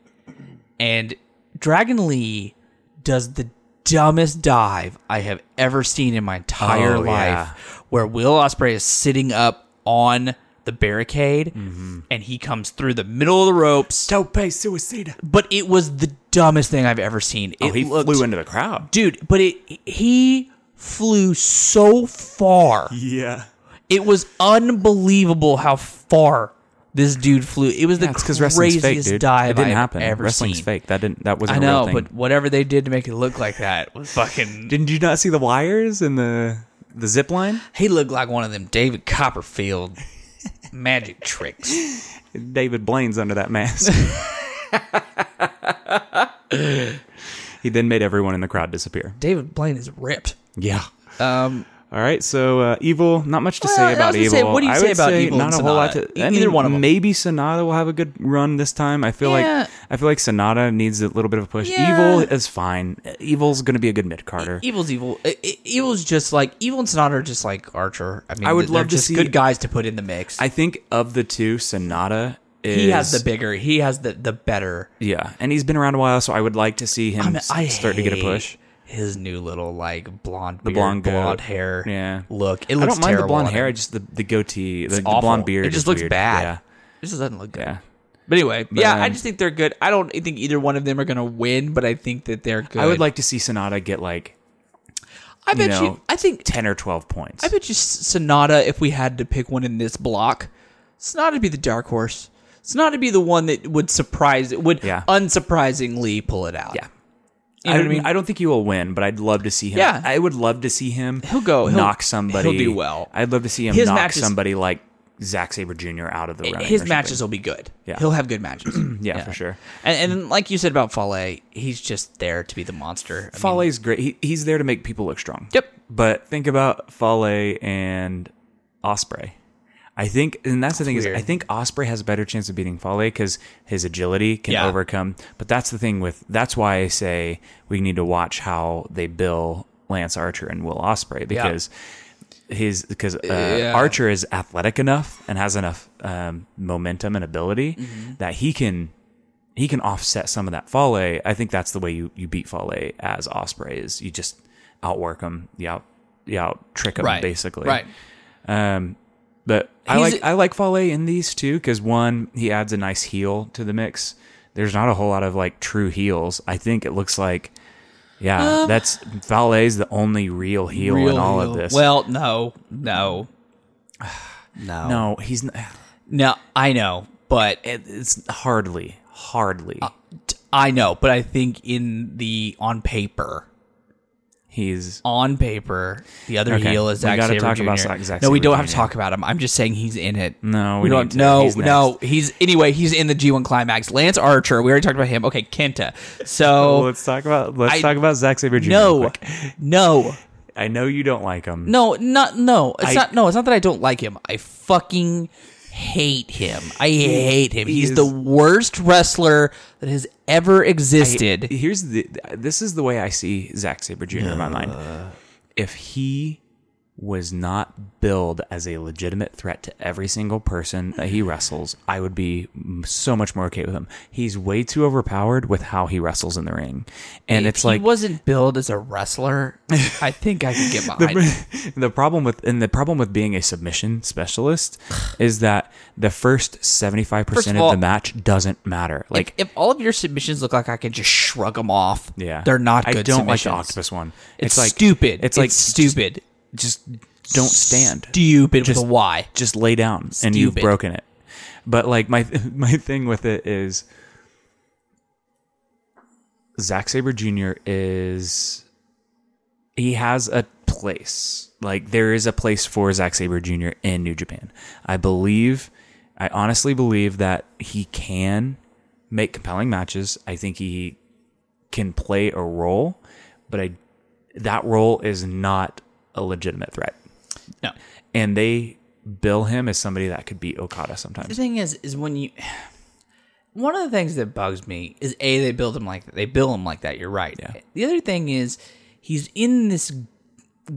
and Dragon Lee does the dumbest dive I have ever seen in my entire
Oh,
life,
yeah.
where Will Osprey is sitting up on the barricade
Mm-hmm.
and he comes through the middle of the ropes.
Tope Suicida.
But it was the dumbest thing I've ever seen. It
Oh, he
looked-
flew into the crowd.
dude. But it he flew so far.
Yeah.
It was unbelievable how far this dude flew. It was the
because
craziest
wrestling's fake, dude.
dive
it didn't
I've
happen.
ever
wrestling's
seen.
fake. That didn't. That wasn't.
I
a real
know,
thing.
but whatever they did to make it look like that
(laughs)
was fucking.
didn't you not see the wires and the the zip line?
He looked like one of them
(laughs)
David Copperfield magic tricks.
David Blaine's under that
(laughs)
mask. he then made everyone in the crowd disappear.
David Blaine is ripped.
Yeah.
Um,
All right, so uh, evil. Not much to
Well, I
say
was
about
gonna
evil.
say, what do you
I
say
would
about Evil
Not
and
a whole lot
Sonata?
to.
E-
I
either
mean,
one of 'em.
Maybe Sonata will have a good run this time. I feel
Yeah.
like I feel like Sonata needs a little bit of a push.
Yeah. E-
Evil is fine. Evil's going to be a good mid Carter.
evil's evil. I- I- Evil's just like evil and Sonata are just like Archer. I mean,
I would
they're
love to
just
see-
good guys to put in the mix.
I think of the two, Sonata is
he has the bigger. He has the the better.
yeah, and he's been around a while, so I would like to see him
I mean,
s-
I
start to get a
hate
push.
His new little like blonde, the
blonde
blonde,
goat.
blonde hair.
Yeah.
look. It
I
looks
don't mind the
terrible
blonde
on
hair. I
him.
just the the goatee, the, the
awful.
blonde beard.
It just
is
looks
weird.
bad. It just doesn't look good.
Yeah. yeah.
But anyway, yeah, I
um,
just think they're good. I don't think either one of them are going to win, but I think that they're good.
I would like to see Sonata get like
I bet you.
know,
I think.
ten or twelve points.
I bet you Sonata. If we had to pick one in this block, Sonata would be the dark horse. Sonata would be the one that would surprise. Would
Yeah.
unsurprisingly pull it out.
Yeah.
You know
I,
what I mean?
I don't think he will win, but I'd love to see him.
Yeah.
I would love to see him.
He'll go- he'll-
knock somebody.
he'll do well.
I'd love to see him
His
knock
matches-
somebody like Zack Saber Jr. out of the running.
His
or
matches will be good.
Yeah.
He'll have
(clears throat)
good matches.
something. Yeah, for sure.
And, and like you said about Fale, he's just there to be the monster. I mean,
Fale's great. He, he's there to make people look strong.
Yep.
But think about Fale and Osprey. I think, and that's the thing
weird.
is, I think Osprey has a better chance of beating Fale because his agility can
Yeah.
overcome. But that's the thing with that's why I say we need to watch how they bill Lance Archer and Will Osprey because his because uh,
Yeah.
Archer is athletic enough and has enough um, momentum and ability
Mm-hmm.
that he can he can offset some of that Fale. I think that's the way you, you beat Fale as Osprey is you just outwork him, you out you out trick him
right,
basically.
Right.
But I
He's-
like I like Fale in these too because one he adds a nice heel to the mix. There's not a whole lot of like true heels. I think it looks like yeah, that's Fale's the only real heel in
Uh, Real
all of
heel.
this.
Well, no, no, no,
no, he's n-
No, I know, but uh,
it- it's hardly hardly
I know, but I think in the on paper,
he's
on paper, the other
Okay,
heel is
we
Zack
gotta
Saber
talk
Jr.
about Zack
no, we
Sabre
don't have to
Jr..
talk about him. I'm just saying he's in it.
No, we
don't.
need to.
No,
He's
no, he's anyway. He's in the G1 climax. Lance Archer. We already talked about him. Okay, Kenta.
(laughs)
So
let's talk about let's
I-
talk about Zack Saber Jr. real
no,
quick.
no,
I know you don't like him.
no, not no. It's
I-
not no. It's not that I don't like him. I fucking hate him. I hate him.
he
He's
is-
the worst wrestler that has ever existed.
Here's the this is the way I see Zack Saber Jr. in my
Uh.
mind. If he was not billed as a legitimate threat to every single person that he wrestles, I would be m- so much more okay with him. He's way too overpowered with how he wrestles in the ring, and
if
it's like
he wasn't billed as
(laughs)
a wrestler, I think I could get behind. it.
the problem with (laughs) and the problem with being a submission
(sighs)
specialist is that the first seventy five
First of
percent of
all-
the match doesn't matter. Like
If all of your submissions look like I can just shrug them off,
Yeah,
they're not. Good
I don't like the
submissions.
octopus one.
It's, like stupid.
It's like
stupid.
Just, just don't stand.
Stupid
Just-
with a Y.
Just lay down, and you've
Stupid.
broken it. But like my (laughs) my thing with it is, Zack Saber Jr. is he has a place. Like there is a place for Zack Saber Jr. in New Japan. I believe, I honestly believe that he can make compelling matches. I think he can play a role, but I that role is not a legitimate threat.
No.
And they bill him as somebody that could beat Okada
The
sometimes.
thing is, is when you. One of the things that bugs me is a they build him like they bill him like that. You're right.
Yeah.
The other thing is, he's in this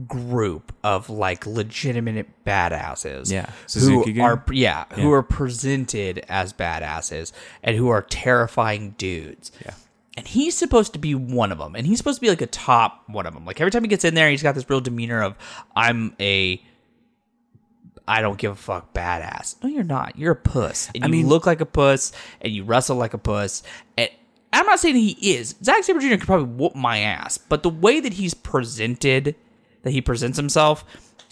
group of like legitimate badasses.
Yeah.
who
Suzuki gang?
are yeah, who are presented as badasses and who are terrifying dudes.
Yeah.
and he's supposed to be one of them, and he's supposed to be like a top one of them. Like every time he gets in there, he's got this real demeanor of I'm a I don't give a fuck badass. No, you're not. You're a puss, and you
mean-
look like a puss, and you wrestle like a puss. And I'm not saying he is. Zack Sabre Jr. could probably whoop my ass, but the way that he's presented, that he presents himself.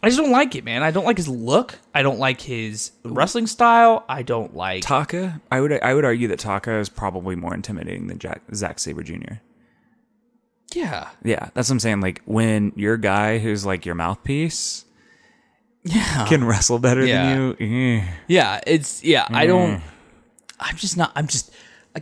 I just don't like it, man. I don't like his look. I don't like his wrestling style. I don't like
Taka, I would I would argue that Taka is probably more intimidating than Jack, Zack Saber Jr.
Yeah.
Yeah, that's what I'm saying. Like when your guy who's like your mouthpiece, yeah, can wrestle better
Yeah.
than you. eh.
Yeah, it's yeah. I don't. I'm just not. I'm just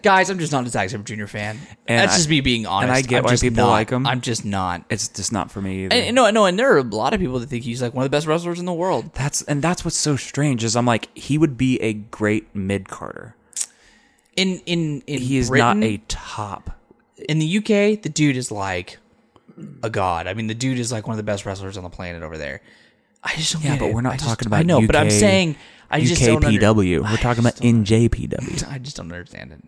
guys. I'm just not a Zack Sabre Jr. fan.
And
That's
I-
just me being honest.
I get
I'm
why
just
people
not-
like him.
I'm just not.
It's just not for me. Either.
And, and no, no, and there are a lot of people that think he's like one of the best wrestlers in the world.
that's and that's what's so strange is I'm like he would be a great mid Carter.
In in in
He is
Britain,
not a top.
in the UK, the dude is like a god. I mean, the dude is like one of the best wrestlers on the planet over there. I just don't
Yeah,
get
but
it.
we're
I
not
just-
talking about.
I know, but I'm
UK
saying I just don't under-
UKPW. We're talking about NJPW.
(laughs) I just don't understand it.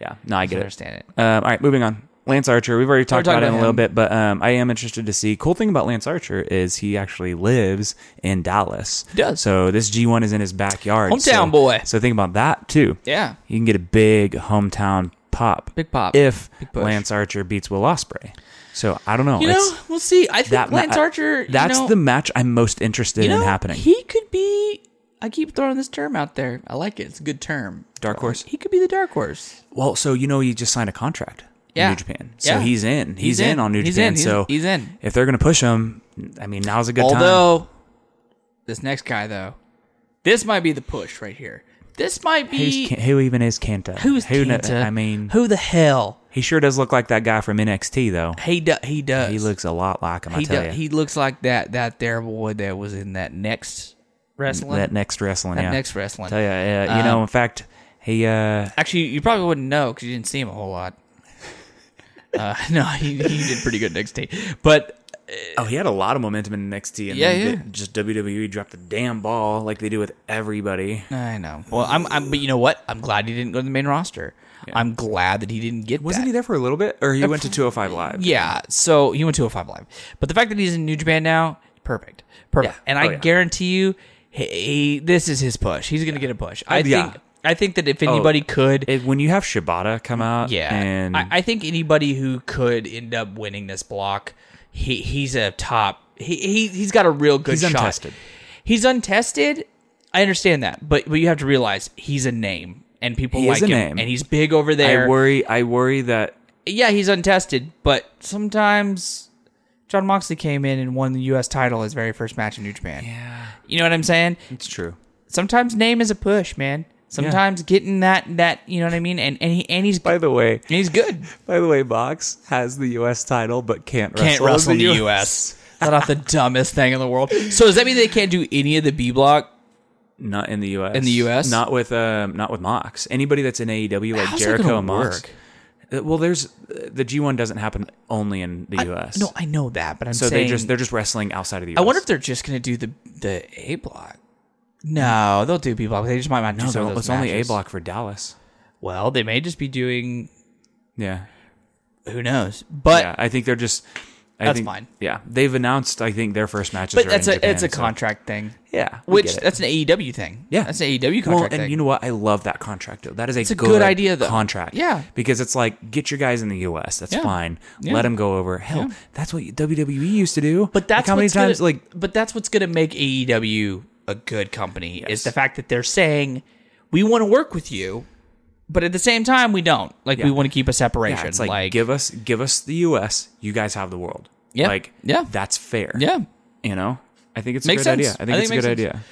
yeah, no, I get it.
Understand it.
Um, all right, moving on. Lance Archer. We've already talked
talking
about, him
about
a little
him.
bit, but um, I am interested to see. Cool thing about Lance Archer is he actually lives in Dallas. He
does.
So this G1 is in his backyard.
Hometown
so,
boy.
So think about that too.
Yeah,
You can get a big hometown pop.
Big pop.
If
Big push.
Lance Archer beats Will Ospreay. So I don't know.
you
it's
know, we'll see. I think
that ma-
Lance Archer. you
That's
know-
the match I'm most interested in happening.
He could be. I keep throwing this term out there. I like it. It's a good term.
Dark horse.
He could be the dark horse.
Well, so you know, he just signed a contract. with
Yeah.
New Japan. So
Yeah.
he's in. He's,
He's
in.
in.
on New
He's
Japan.
in. He's-
so
he's in.
If they're gonna push him, I mean, now's a good time.
Although this next guy, though, this might be the push right here. This might be
Who's, Ken- who even is Kenta?
who's
who kno-
Kenta?
I mean,
who the hell?
he sure does look like that guy from NXT, though.
He do, he does.
He looks a lot like him. I
he,
tell
do-
you,
he looks like that that terrible boy that was in that next wrestling.
that next wrestling,
that
yeah.
next Um, wrestling.
tell you, uh, you know. In fact, he uh,
Actually, you probably wouldn't know because you didn't see him a
(laughs)
whole lot. Uh, (laughs) no, he, he did pretty good next day, but
oh, he had a lot of momentum in NXT, and
Yeah,
then
yeah.
the- just WWE dropped the damn ball like they do with everybody.
I know. Well, I'm, I'm. But you know what? I'm glad he didn't go to the main roster. I'm glad that he didn't get.
Wasn't
that.
he there for a little bit, or he went to 205 Live?
Yeah. So he went to a five live, but the fact that he's in New Japan now, perfect, perfect.
Yeah.
And
Oh,
I
yeah.
guarantee you, he, he- this is his push. He's gonna get a push. I
Uh, yeah. Oh.
think. I think that if anybody could,
It- when you have Shibata come out,
yeah.
and
I, I think anybody who could end up winning this block, he he's a top. He, he he's got a real good
He's
shot.
untested.
He's untested. I understand that, but but you have to realize he's a name and people
He
like
is a
him,
name.
and he's big over there.
I worry, I worry that
yeah, he's untested, but sometimes John Moxley came in and won the U.S. title his very first match in New Japan.
yeah,
You know what I'm saying?
it's true.
Sometimes name is a push, man. Sometimes getting that that you know what I mean, and and he and he's
By the way,
and he's good.
By the way, Box has the U.S. title but can't
(laughs) can't wrestle
wrestle,
in the U.S. That's (laughs) not the dumbest thing in the world. So does that mean they can't do any of the B block?
Not in the U.S.
In the US?
Not with um, not with Mox. Anybody that's in AEW like
How's that
Jericho
gonna
and Mox.
work?
Uh, Well, there's uh, the G1 doesn't happen only in the U.S.
No, I know that, but I'm
so
saying
they just they're just wrestling outside of the U.S.
I wonder if they're just gonna do the the A block. No, they'll do B block. They just might not do
no,
some of
they're-
those
it's only A
matches.
block for Dallas.
Well, they may just be doing
Yeah,
who knows, but
yeah. I think they're just. I
That's
think-
fine.
Yeah, they've announced. I think their first matches.
but
are
that's
in
a
Japan,
it's a
so-
contract thing.
Yeah, we
which
get it.
that's an AEW thing.
Yeah.
that's an AEW
Well,
contract
and
thing.
you know what? I love that contract though. That is a,
a good idea, though.
Contract,
Yeah.
because it's like get your guys in the U.S. That's
Yeah.
fine.
Yeah.
Let them go over. Hell, that's what WWE used to do.
But that's
like how many
what's gonna-
times like
But that's what's going to make AEW a good company is the fact that they're saying we want to work with you, but at the same time we don't. Like we want to keep a separation.
yeah, it's like, give us give us the U.S. You guys have the world.
Yeah.
like
Yeah.
that's fair.
yeah.
you know. I think it's a
Makes
good
sense.
idea. I think
I
it's
think
a
it
good
makes
idea.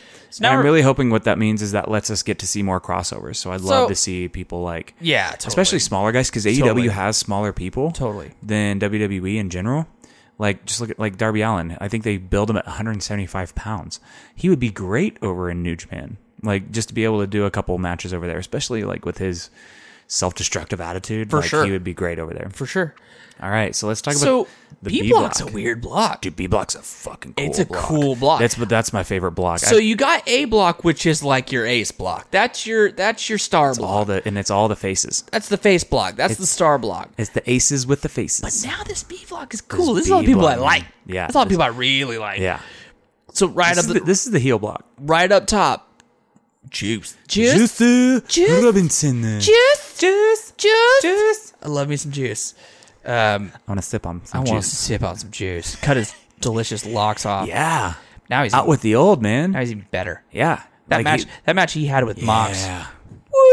and
now
I'm
we're-
really hoping what that means is that lets us get to see more crossovers. So I'd love
So-
to see people like,
Yeah, totally.
especially smaller guys, because AEW
Totally.
has smaller people.
Totally.
than WWE in general. Like just look at like Darby Allen. I think they build him at 175 pounds. He would be great over in New Japan. Like just to be able to do a couple matches over there, especially like with his self-destructive attitude.
For
like,
sure.
he would be great over there.
for sure.
All right, so let's talk
So
about the
B
B
block's
block.
a weird block.
Dude, B block's a fucking. Cool
It's a cool block.
That's but that's my favorite block.
So
I,
you got A block, which is like your ace block. That's your that's your star block.
all the and it's all the faces.
That's the face block. That's the star block.
It's the aces with the faces.
Now this B block is cool. This, is all the
B
people I
block,
like.
man. Yeah.
that's all the people I really like.
yeah,
So right
this,
up
is
the,
the, this is the heel block.
right up top, juice, juice,
Juice
Juice-
uh, Robinson. uh,
juice, juice, juice.
Juice.
I love me some juice.
I want to sip on
I
some
want to
juice.
sip on some juice. Cut his (laughs) delicious locks off.
Yeah,
Now he's
out with the old man.
now he's even better.
yeah,
That
Like,
match
he-
that match he had with Mox.
Yeah.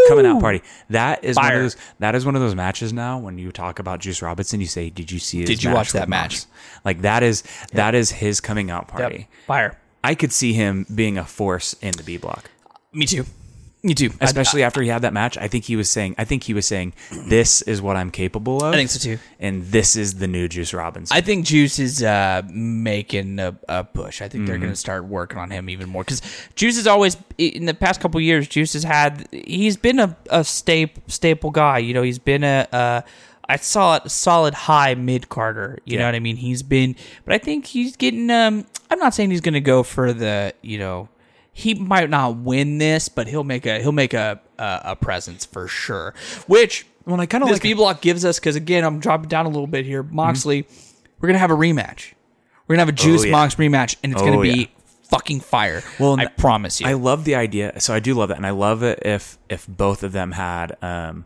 Coming out party. That is one
Fire.
of those. That is one of those matches now. When you talk about Juice Robinson, you say, "Did you see? His
Did you
match
watch that
with
match?
Mox?" Like that is that is his coming out party.
Yep. Fire.
I could see him being a force in the B block,
Me too. Me too. I-
especially after he had that match. I think he was saying, I think he was saying, this is what I'm capable of.
I think so, too.
And this is the new Juice Robinson.
I think Juice is uh, making a, a push. I think they're going to start working on him even more because Juice has always, in the past couple years, Juice has had he's been a, a sta- staple guy. You know, he's been a, a I saw it solid high mid Carter. You know
Yeah.
what I mean? He's been, but I think he's getting. Um, I'm not saying he's going to go for the you know. He might not win this, but he'll make a he'll make a a, a presence for sure. Which
well, I kind of
this
like
B block gives us because again, I'm dropping down a little bit here. Moxley, we're gonna have a rematch. We're gonna have a Juice
Oh, yeah.
Mox rematch, and it's gonna
Oh,
be
yeah.
fucking fire.
Well, and
I
th-
promise you.
I love the idea. So I do love that, and I love it if if both of them had. Um,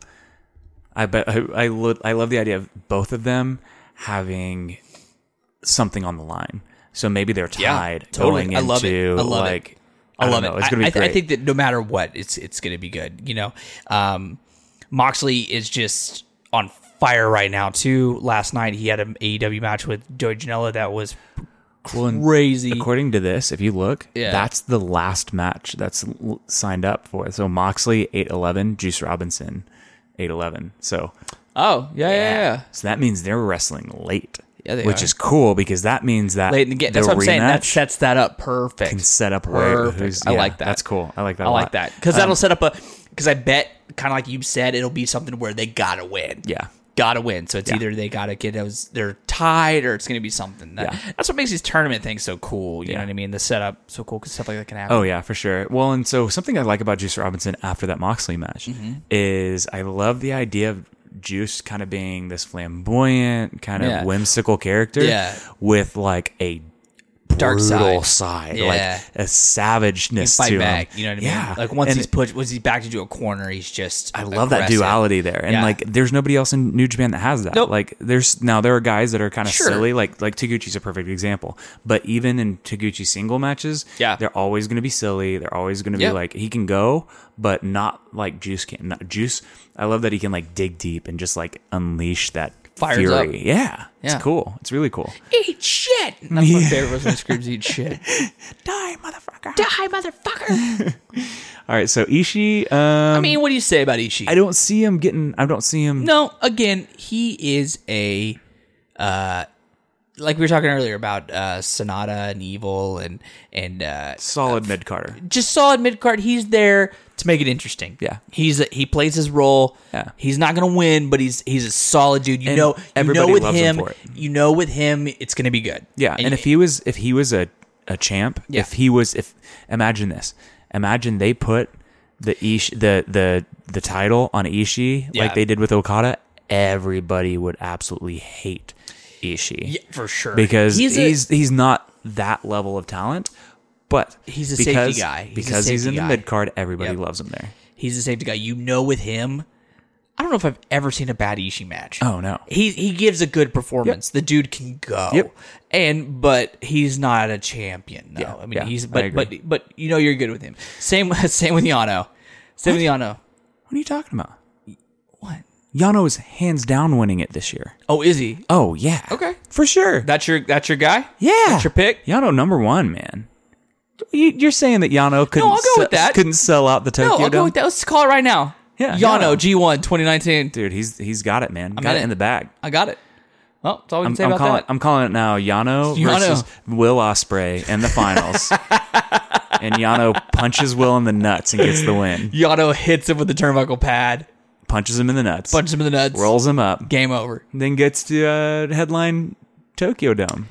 I bet I I, lo- I love the idea of both of them having something on the line. So maybe they're
Yeah,
tied.
totally.
going
I love it.
into,
I love it.
like,
I,
don't
love
know.
it.
It's gonna
I,
be
I, th-
great.
I think that no matter what, it's it's gonna be good. You know, um, Moxley is just on fire right now too. Last night he had an AEW match with Joey Janela that was
Well, and
crazy.
According to this, if you look,
Yeah.
that's the last match that's l- signed up for. So Moxley eight eleven, Juice Robinson eight eleven. So
oh yeah, yeah, yeah.
So that means they're wrestling late.
Yeah, they
which
are.
is cool because that means that
Late in the game. That's
their
what I'm saying. That
rematch-
sets that up perfect.
can set up where
Perfect.
who's-
I
yeah,
like that.
That's cool. I like that.
I
a
like
lot. Um,
that because that'll set up a. Because I bet, kind of like you said, it'll be something where they gotta win.
Yeah.
gotta win. So it's either they gotta get those they're tied or it's gonna be something. That,
Yeah.
That's what makes these tournament things so cool. You
Yeah.
know what I mean? The setup so cool because stuff like that can happen.
Oh yeah, for sure. Well, and so something I like about Juice Robinson after that Moxley match
Mm-hmm.
is I love the idea of Juice kind of being this flamboyant, kind of
Yeah.
whimsical character
Yeah.
with like a
Dark side.
brutal side,
Yeah.
like a savageness
Fight
to him.
back. You know what I mean?
um, Yeah.
Like once
And
he's pushed, once he's backed into a corner, he's just.
I love that
aggressive.
duality there, and
Yeah.
like, there's nobody else in New Japan that has that.
Nope.
Like, there's now there are guys that are kind of
Sure.
silly, like like Taguchi's a perfect example. But even in Taguchi single matches,
Yeah.
they're always going to be silly. They're always going to
Yep.
be like he can go, but not like Juice can. Not, Juice, I love that he can like dig deep and just like unleash that
Fires
fury.
up.
Yeah,
Yeah.
it's cool. It's really cool.
Eat shit. That's my favorite was when he screams,
(laughs)
"Eat shit."
Die, motherfucker!
Die, motherfucker.
All right, so Ishii, um,
I mean, what do you say about Ishii?
I don't see him getting. I don't see him.
No, again, he is a uh like we were talking earlier about uh Sonata and Evil and and uh
Solid mid Carter.
just solid mid card. He's there to make it interesting.
Yeah.
He's a, he plays his role.
Yeah.
He's not going to win, but he's he's a solid dude. You
And
know, you
everybody
know with
loves
him,
him for it.
you know with him it's going to be good.
Yeah, and, if he was if he was a a champ,
Yeah.
if he was if imagine this, imagine they put the Ish the the the title on Ishii
Yeah.
like they did with Okada, everybody would absolutely hate Ishii
Yeah, for sure.
because he's
a-
he's, not that level of talent, but
He's a safety guy. He's a
because he's
safety
in the
guy.
mid card, everybody
Yep.
loves him there.
he's a safety guy. You know with him, I don't know if I've ever seen a bad Ishii match.
Oh no,
he he gives a good performance. The dude can go.
Yep.
And but he's not a champion though.
Yeah,
I mean
yeah,
he's
I
but but
agree.
but you know you're good with him. Same (laughs) same with Yano. Same with Yano.
what are you talking about?
What?
Yano is hands down winning it this year.
Oh, is he?
Oh yeah,
Okay.
for sure.
That's your that's your guy?
Yeah,
That's your pick?
Yano number one, man. You- You're saying that Yano couldn't
I'll go
se-
with that.
couldn't sell out the Tokyo
No, I'll
Dome,
go with that. Let's call it right now.
Yeah,
Yano,
Yano.
G1 2019.
dude. He's he's got it, man. got
in
it
it.
in the bag.
I got it. Well, that's all we can
I'm,
say
I'm
about
calling
that.
I'm calling it now. Yano,
(laughs) Yano.
versus Will Osprey in the
(laughs)
finals, and Yano punches Will in the nuts and gets the win.
Yano hits him with the turnbuckle pad.
punches him in the nuts,
punches him in the nuts.
rolls him up,
Game over.
then gets to uh, headline Tokyo Dome.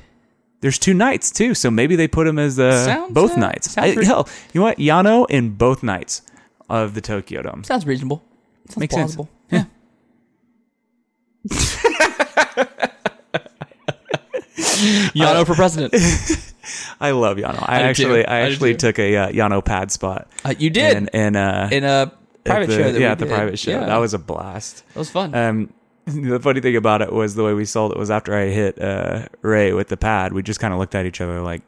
There's two nights too, so maybe they put him as uh,
Sounds,
both
uh,
nights.
sounds
I-
pretty-
hell, you know what? Yano in both nights of the Tokyo Dome.
Sounds reasonable. Sounds
Makes sense.
plausible. Yeah. (laughs) Yano for president.
I love Yano. I,
I do
actually,
too.
I
I do
actually
too.
took a uh, Yano pad spot.
Uh, you did
and and uh,
in a
at
private
the-
show. That
yeah,
we
at the
did.
private show.
Yeah.
That was a blast.
that was fun.
Um, (laughs) the funny thing about it was the way we sold it was after I hit uh, Ray with the pad, we just kind of looked at each other like,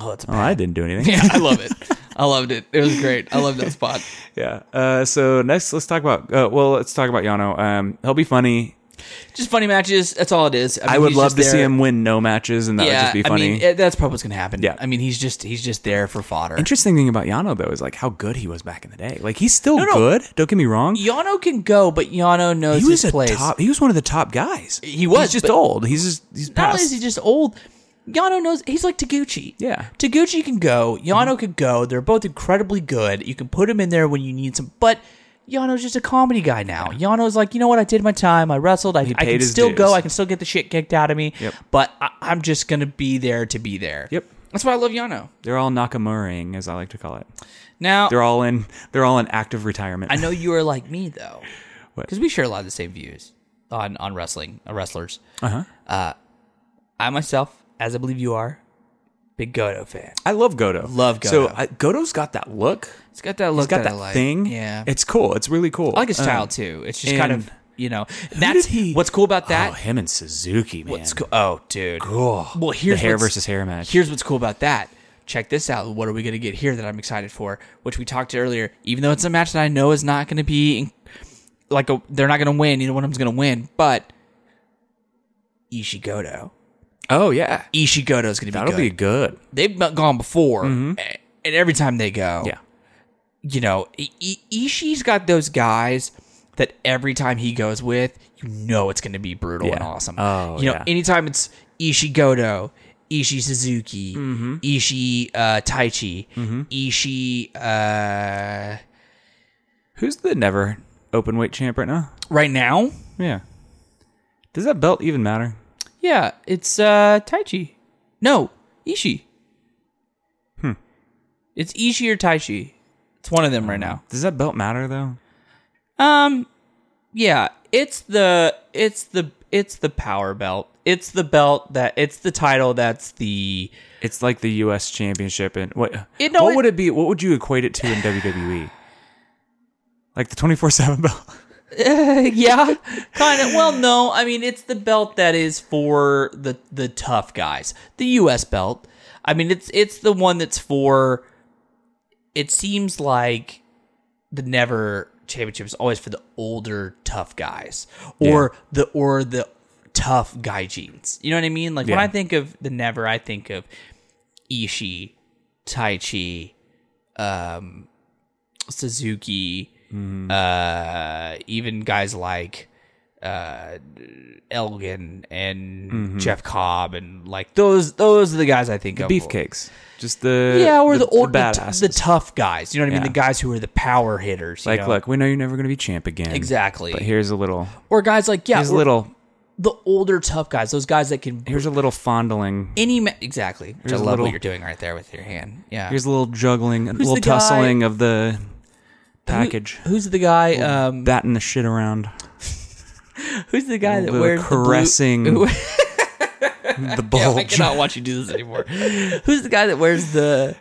oh, that's
"Oh, I didn't do anything."
(laughs) yeah,
(laughs)
I love it. I loved it. It was great. I loved that spot.
Yeah. Uh, so next, let's talk about. Uh, well, let's talk about Yano. Um, he'll be funny.
Just funny matches. That's all it is. mean,
I would
he's
love
just
to see
there.
him win no matches, and that would
Yeah,
just be funny.
I mean, it- that's probably what's gonna happen.
Yeah.
I mean, he's just he's just there for fodder.
Interesting thing about Yano though is like how good he was back in the day. Like he's still
no.
good. Don't get me wrong.
Yano can go, but Yano knows
He was
his
a
place.
top. He was one of the top guys.
He was,
He's just
but-
old. He's just he's
Not only is
past.
he just old, Yano knows he's like Taguchi.
Yeah. Mm-hmm.
Taguchi can go. Yano could go. They're both incredibly good. You can put him in there when you need some, but Yano's just a comedy guy now. Yano's like, you know what? I did my time. I wrestled. I, I
paid
can
his
still
dues.
go. I can still get the shit kicked out of me.
Yep.
But I, I'm just gonna be there to be there.
Yep.
That's why I love Yano.
They're all Nakamuraing, as I like to call it.
Now
They're all in. They're all in active retirement.
I know you are like me though,
(laughs) What?
because we share a lot of the same views on on wrestling, on wrestlers. Uh,
Uh-huh.
I myself, as I believe you are, big Goto fan.
I love Goto.
Love
So
Goto.
I, Goto's got that look.
It's got that look.
He's got
that, I
that
like.
thing.
Yeah,
It's cool. It's really cool.
I like his
Um,
style too. It's just kind of
and-
you know
did
that's
he-
what's cool about
Oh,
that.
him and Suzuki, man.
what's cool? Oh, dude.
Oh,
Well, here's
the hair
what's-
versus hair match.
Here's what's cool about that. Check this out. What are we going to get here that I'm excited for? Which we talked to earlier. Even though it's a match that I know is not going to be in, like a, they're not going to win. You know what I'm going to win, but Ishigoto.
oh yeah,
Ishigoto is going to be
that'll
good.
be good.
They've been- gone before, a- and every time they go,
Yeah,
you know, I- I- Ishii's got those guys that every time he goes with, you know, it's going to be brutal and
Yeah.
awesome.
Oh,
you know,
yeah.
anytime it's Ishii Goto, Ishii Suzuki, Ishii uh, Taichi, Ishii. Uh,
who's the never open weight champ right now?
right now,
Yeah, does that belt even matter?
yeah, it's uh, Taichi. No, Ishii. Hmm. It's Ishii or Taichi. It's one of them right now.
Does that belt matter though?
Um, yeah, it's the it's the it's the power belt. It's the belt that it's the title that's the
It's like the U.S. Championship, and what?
It- no,
what
it-
would it be? What would you equate it to in WWE? Like the twenty four seven belt.
yeah kind of well no I mean it's the belt that is for the the tough guys the U.S. belt I mean it's it's the one that's for it seems like the never championship is always for the older tough guys or the or the tough guy jeans. You know what I mean? Like when
Yeah.
I think of the never, I think of Ishii, Tai Chi, um, Suzuki, uh, even guys like uh, Elgin and Jeff Cobb and like those those are the guys I think of.
Beefcakes, just the
Yeah, or the, old the,
badass.
the tough guys. You know what I mean?
Yeah.
The guys who are the power hitters. you
like,
know?
look, we know you're never going to be champ again.
Exactly.
But here's a little.
or guys like yeah,
Here's a
or
little.
the older tough guys. Those guys that can
Here's a little fondling.
any ma- exactly.
Here's
Which I
a
love
little-
what you're doing right there with your hand. Yeah.
Here's a little juggling, a little
the guy-
tussling of the
Who-
package,
who's the guy? Um, (laughs)
batting the shit around,
who's the guy that
the
wears
caressing
(laughs)
(laughs)
The blue-
the
I
bulge.
cannot watch you do this anymore. (laughs) who's the guy that wears the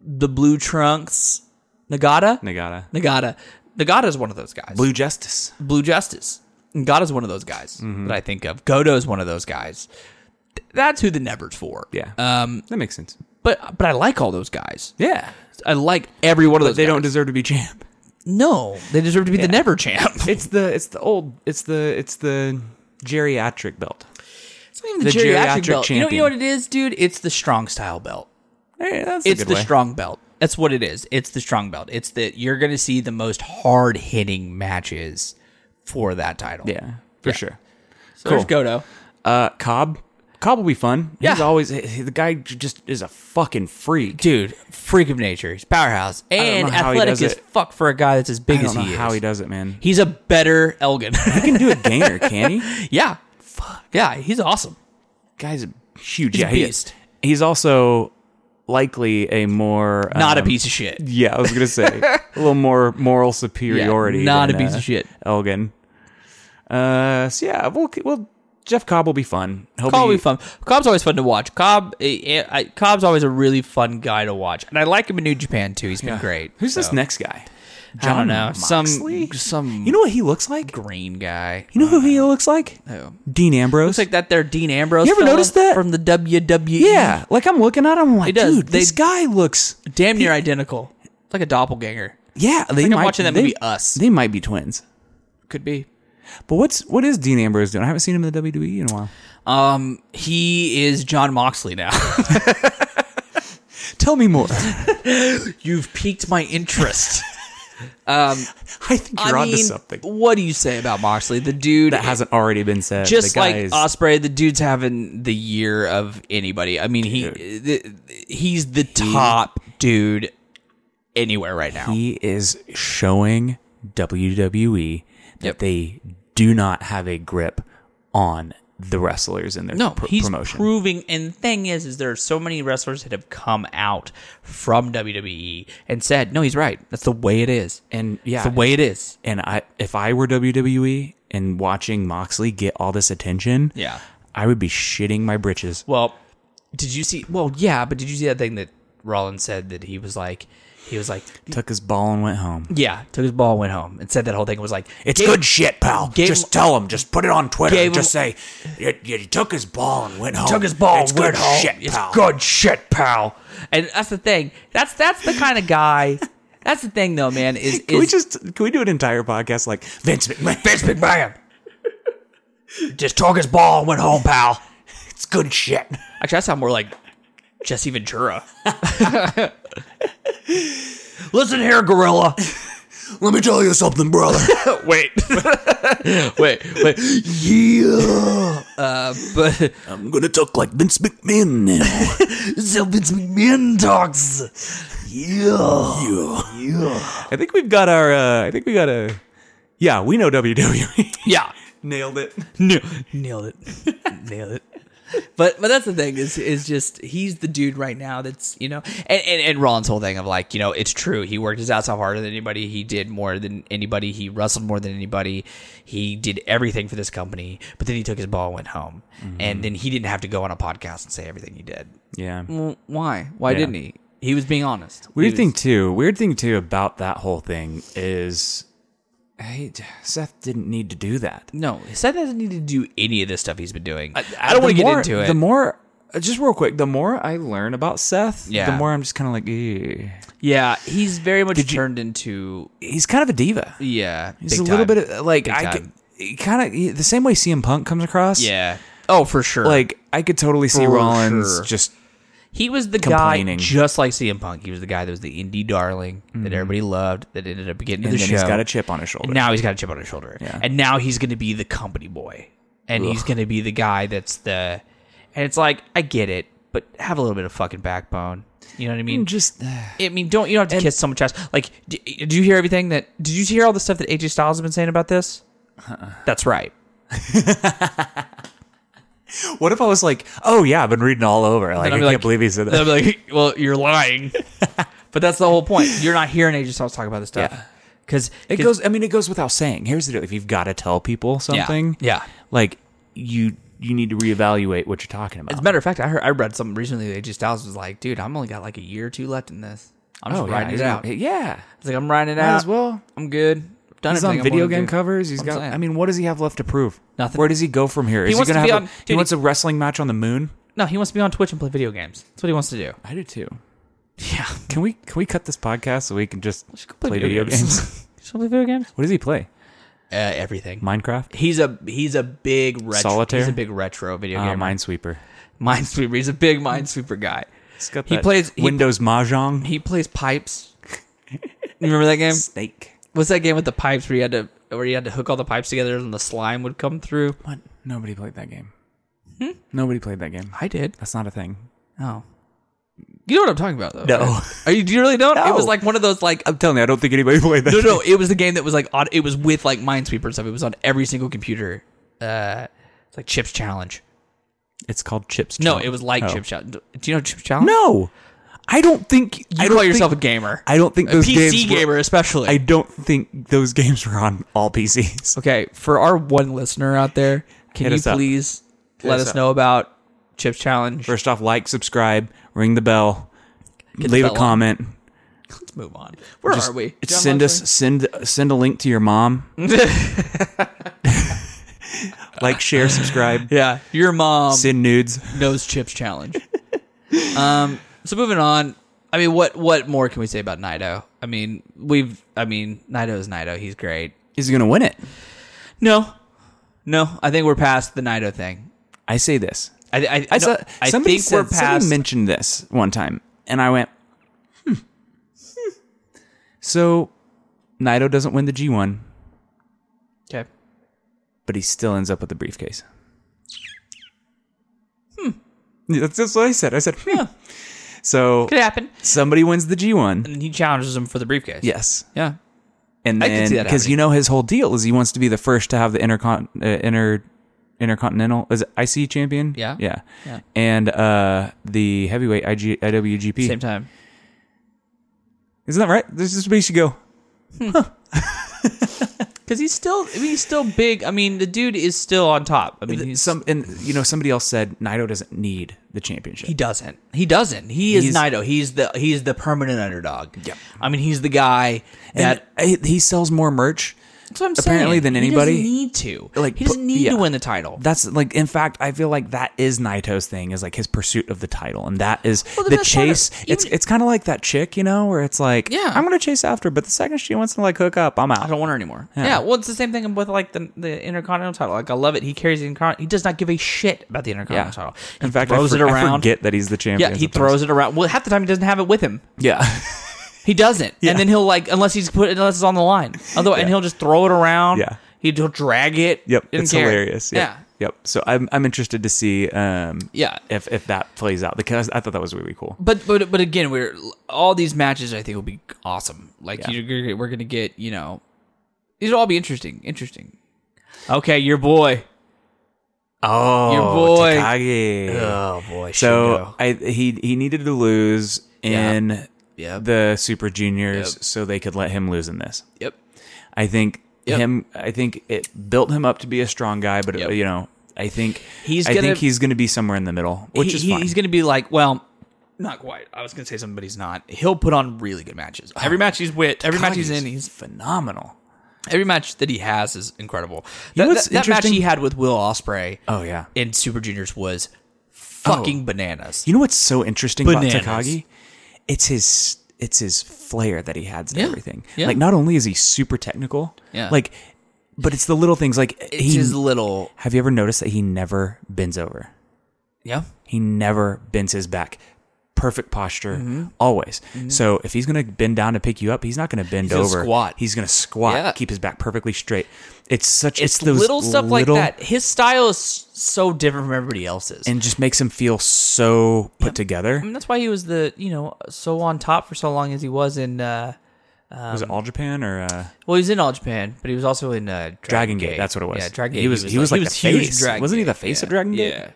the blue trunks? Nagata.
Nagata.
Nagata. Nagata's one of those guys.
Blue Justice.
Blue Justice. God is one of those guys that I think of. Godo is one of those guys. Th- That's who the Never's for.
Yeah.
Um.
That makes sense.
But but I like all those guys.
Yeah.
I like every one of those.
They
guys.
don't deserve to be champ.
No, they deserve to be the Never champ.
(laughs) It's the it's the old it's the it's the geriatric belt.
(laughs) It's not even
The geriatric
belt. You know, you
champion.
know what it is, dude? It's the strong style belt.
Hey, that's
It's
a good
the
way.
strong belt. That's what it is. It's the strong belt. It's that you're going to see the most hard hitting matches for that title.
Yeah, for sure.
So there's
Cool.
Godo.
Uh, Cobb. Cobb will be fun. He's
Yeah.
always the guy j- just is a fucking freak.
Dude, freak of nature. He's powerhouse and
know how he
athletic
does
as
it.
fuck for a guy that's as big
I
as
don't know
he is.
how he does it, man.
He's a better
(laughs)
Elgin.
He can do a gainer, can he?
(laughs) yeah. Fuck. Yeah, he's awesome.
(laughs) Guy's a huge
He's a
yeah, he is.
beast.
He's also likely a more
Not a
um,
piece of shit.
Yeah, I was gonna say a little more moral superiority.
not
than,
a piece
uh,
of shit.
Elgin. Uh, so yeah, we'll, we'll Jeff Cobb will be fun. He'll
Cobb will
be,
be fun. Cobb's always fun to watch. Cobb, eh, eh, I, Cobb's always a really fun guy to watch, and I like him in New Japan too. He's been great.
Who's this
so.
next guy?
I don't know.
Moxley?
Some some
You know what he looks like?
green guy.
You know who he looks like? Dean Ambrose.
Looks like that there Dean Ambrose.
You ever
fella
noticed that?
from the E. WWE?
yeah, like I'm looking at him, I'm like,
does.
dude,
They-
this guy looks.
damn near identical. It's like a doppelganger.
Yeah, they
like I'm
might,
watching that
they-
movie uh, Us.
They might be twins.
Could be.
But what's what is Dean Ambrose doing? I haven't seen him in the WWE in a while.
Um, he is John Moxley now.
(laughs) Tell me
(laughs)
more.
You've piqued my interest. um,
I think you're
I
onto
mean,
something
what do you say about Moxley? The dude
that hasn't already been said.
just
The guy
like
is-
Osprey, the dude's having the year of anybody. I mean, he the, he's the top dude anywhere right now.
he is showing WWE that
Yep.
they do not have a grip on the wrestlers in their
no,
pr-
he's
promotion.
proving. And the thing is, is there are so many wrestlers that have come out from WWE and said, "No, he's right. That's the way it is.
and yeah,
It's the way it is."
and I if I were WWE and watching Moxley get all this attention,
Yeah.
I would be shitting my britches.
Well, did you see? Well, yeah, but did you see that thing that Rollins said that he was like, he was like,
Took his ball and went home.
yeah, took his ball, and went home, and said that whole thing It was like,
It's
"Gave-
good shit, pal.
gave
just
him-
tell him. Just put it on Twitter.
Gave
Just
him-
say you, you took his ball and went home.
Took his ball.
It's
went
good
home.
shit, pal.
It's good shit, pal. And that's the thing. That's that's the kind of guy. (laughs) That's the thing, though, man. Is,
Can we
is
just can we do an entire podcast like (laughs) Vince McMahon?
Vince McMahon just took his ball and went home, pal.
(laughs) It's good shit.
Actually, I sound more like Jesse Ventura. Listen here, gorilla.
(laughs) Let me tell you something, brother.
wait, (laughs) wait,
(laughs)
wait.
yeah.
Uh,
(laughs)
but
I'm gonna talk like Vince McMahon (laughs) now.
so Vince McMahon talks.
yeah. Yeah. Yeah. I think we've got our uh I think we got a Yeah, we know E. WWE.
Yeah,
Nailed it.
No, nailed it, nailed it. But but that's the thing is is just he's the dude right now that's you know and, and and Ron's whole thing of like you know it's true he worked his ass off harder than anybody he did more than anybody he wrestled more than anybody he did everything for this company but then he took his ball and went home and then he didn't have to go on a podcast and say everything he did
Yeah.
well, why why
Yeah.
didn't he he was being honest He
Weird
was-
thing too. Weird thing too about that whole thing is hey, Seth didn't need to do that.
no Seth doesn't need to do any of this stuff he's been doing I, don't want to get into it
The more uh, just real quick, the more I learn about Seth,
Yeah.
the more I'm just kind of like, eh.
yeah he's very much turned into
he's kind of a diva.
Yeah,
He's a little bit of, like I
time.
kind of the same way CM Punk comes across.
yeah. Oh, for sure. Like
like I could totally see
For
Rollins
sure.
just
he was the guy,
Complaining.
just like CM Punk. He was the guy that was the indie darling that everybody loved. That ended up getting to
and
the
then
show.
he's got a chip on his shoulder.
and now he's got a chip on his shoulder.
Yeah.
And now he's going to be the company boy, and he's going to be the guy that's the. And it's like I get it, but have a little bit of fucking backbone. You know what I mean?
just uh,
I mean, don't you don't have to kiss someone chest? Like, do, do you hear everything that? Did you hear all the stuff that AJ Styles has been saying about this?
Uh-uh.
That's right.
what if I was like, oh yeah, I've been reading all over. Like I
I'd
can't
be like-
believe he said
They'll
that.
be like, well, you're (laughs) lying. but that's the whole point. You're not hearing agents always talk about this stuff.
Yeah.
Because
It goes. I mean, it goes without saying. Here's the deal: if you've got to tell people something,
Yeah.
like you you need to reevaluate what you're talking
As
about.
a matter of fact, I heard I read something recently that AJ Styles was like, dude, I'm only got like a year or two left in this. I'm just
oh yeah,
riding
he's
it out.
on- yeah.
It's like I'm riding it
Might
out.
as well.
I'm good. I've Done
He's on
everything I
video
wanna
game
do.
covers. He's
I'm
got.
saying.
I mean, what does he have left to prove?
Nothing.
Where does he go from here? Is
wants to
gonna
be
have?
on-
a, he
dude,
wants
he-
a wrestling match on the moon.
No, he wants to be on Twitch and play video games. That's what he wants to do.
I do too.
Yeah. (laughs)
Can we can we cut this podcast so we can just,
go
play, video, games?
(laughs) Just play video games.
what does he play?
Uh, everything.
Minecraft?
He's a he's a big retro.
Solitaire?
He's a big retro video
Uh,
game.
Minesweeper.
Minesweeper. He's a big Minesweeper guy.
He's got
He
that
plays- he-
Windows Mahjong.
He plays pipes. you remember that game?
(laughs) Snake.
What's that game with the pipes where you had to where you had to hook all the pipes together and the slime would come through?
What? Nobody played that game. Nobody played that game.
I did.
Hmm? That's not a thing.
Oh. You know what I'm talking about, though.
No.
right? Are you, do you really don't? It
No.
was
Uh,
like one of those, like,
I'm telling you, I don't think anybody (laughs) played that.
no, no, it was the game that was like on. It was with like Minesweeper and stuff. It was on every single computer. Uh, it's like Chips Challenge.
It's called Chips.
No,
Challenge.
it was like
Oh.
Chips Challenge. Do you know Chips Challenge?
No, I don't think you
you
don't
call yourself
Think,
a gamer.
I don't think
a
those
PC
games were-
gamer, especially.
I don't think those games were on all PCs.
okay, for our one listener out there, can
Hit
you
us up.
please let
us
us
up.
know about Chips Challenge?
First off, like, subscribe, ring the bell,
the
leave
bell
a
on.
comment.
Let's move on. Where
Just
are we? John
Send us
Lester?
send send a link to your
(laughs)
mom. like, share, subscribe.
Yeah, your mom
Send nudes.
knows Chips Challenge. (laughs) um, so moving on. I mean, what what more can we say about Nido? I mean, we've. I mean, Nido is Nido. He's great.
Is he gonna win it?
No, no. I think we're past the Nido thing.
I say this.
I I,
I,
I,
saw,
no, I
somebody
think
said,
we're past.
somebody mentioned this one time, and I went, hmm. So, Naito doesn't win the G1,
okay.
but he still ends up with the briefcase. Hmm. Yeah, That's, that's what I said. I said, hmm.
Yeah.
So,
Could happen.
somebody wins the G1.
And he challenges him for the briefcase.
Yes.
Yeah.
And
I can
then,
see that
because you know his whole deal is he wants to be the first to have the intercon- uh, inter intercontinental is it IC champion.
Yeah.
yeah,
Yeah.
and uh, the heavyweight IG, IWGP.
Same time.
Isn't that right? This is where you should go.
Because he's still, I mean, he's still big. I mean, the dude is still on top. I mean, he's,
Some and you know somebody else said Naito doesn't need the championship.
he doesn't. He doesn't. He is
He's-
Nido. He's the he's the permanent underdog.
Yep.
I mean, he's the guy that
and I, he sells more merch.
That's what I'm
Apparently
saying.
than
He
anybody.
doesn't need to.
Like,
Like he doesn't
pu-
need
yeah.
to win the title.
That's like in fact I feel like that is Naito's thing is like his pursuit of the title and that is
Well, the
the
best part
chase.
of-
it's
even-
it's kind of like that chick, you know, where it's like
Yeah.
I'm going to chase after, but the second she wants to like hook up, I'm
I
out.
don't want her anymore. Yeah. Well, it's the same thing with like the the intercontinental title. Like I love it. He carries the intercontinental. He does not give a shit about the intercontinental title. He
In fact,
throws
I, for-
it
I
around.
forget that he's the champion.
yeah, he
sometimes.
throws it around. Well, half the time he doesn't have it with him.
Yeah. (laughs)
He doesn't. And then he'll like unless he's put unless it's on the line. Although and he'll just throw it around.
Yeah.
He'll drag it.
Yep,
Didn't
it's
care.
hilarious. Yep.
Yeah.
Yep. So I'm I'm interested to see um
Yeah.
if if that plays out because I thought that was really cool.
But but but again, we're all these matches. I think will be awesome. Like
Yeah.
you're, gonna- we're gonna get you know, these will all be interesting. Interesting. Okay, your boy.
Oh,
Your boy.
Takagi.
boy.
so I he he needed to lose in
yeah.
the Super Juniors
Yep.
so they could let him lose in this.
yep.
I think
Yep.
him. I think it built him up to be a strong guy, but
Yep.
you know, I think
He's
I
gonna-
think he's going to be somewhere in the middle, which
He-
is
he-
fine.
He's gonna be like, well, not quite. I was gonna say something, but he's not. He'll put on really good matches. Every match he's with, every match he's
Takagi's
in, he's
phenomenal.
every match that he has is incredible.
know
That,
what's
that, that match
interesting?
he had with Will Osprey
Oh yeah.
in Super Juniors was fucking
Oh.
bananas.
You know what's so interesting about
Bananas.
Takagi? It's his it's his flair that he adds to
Yeah.
everything.
Yeah.
Like not only is he super technical,
Yeah.
like, but it's the little things. Like
It's
he,
his little
have you ever noticed that he never bends over?
yeah.
He never bends his back. Perfect posture
Mm-hmm.
always. So if he's gonna bend down to pick you up, he's not gonna bend
gonna
over.
squat.
He's gonna squat.
Yeah.
Keep his back perfectly straight. It's such. It's,
It's
those
little stuff like
little-
that. His style is so different from everybody else's.
and just makes him feel so put together.
I mean, that's why he was the you know so on top for so long as he was in. Uh,
Was it all Japan or? Uh,
well, he was in All Japan, but he was also in uh, Dragon,
Dragon Gate, that's what it was.
Yeah, Dragon Gate.
He was- he was like the
huge
face.
in Dragon
Wasn't he
Gate,
the face of
yeah,
Dragon Gate?
Yeah,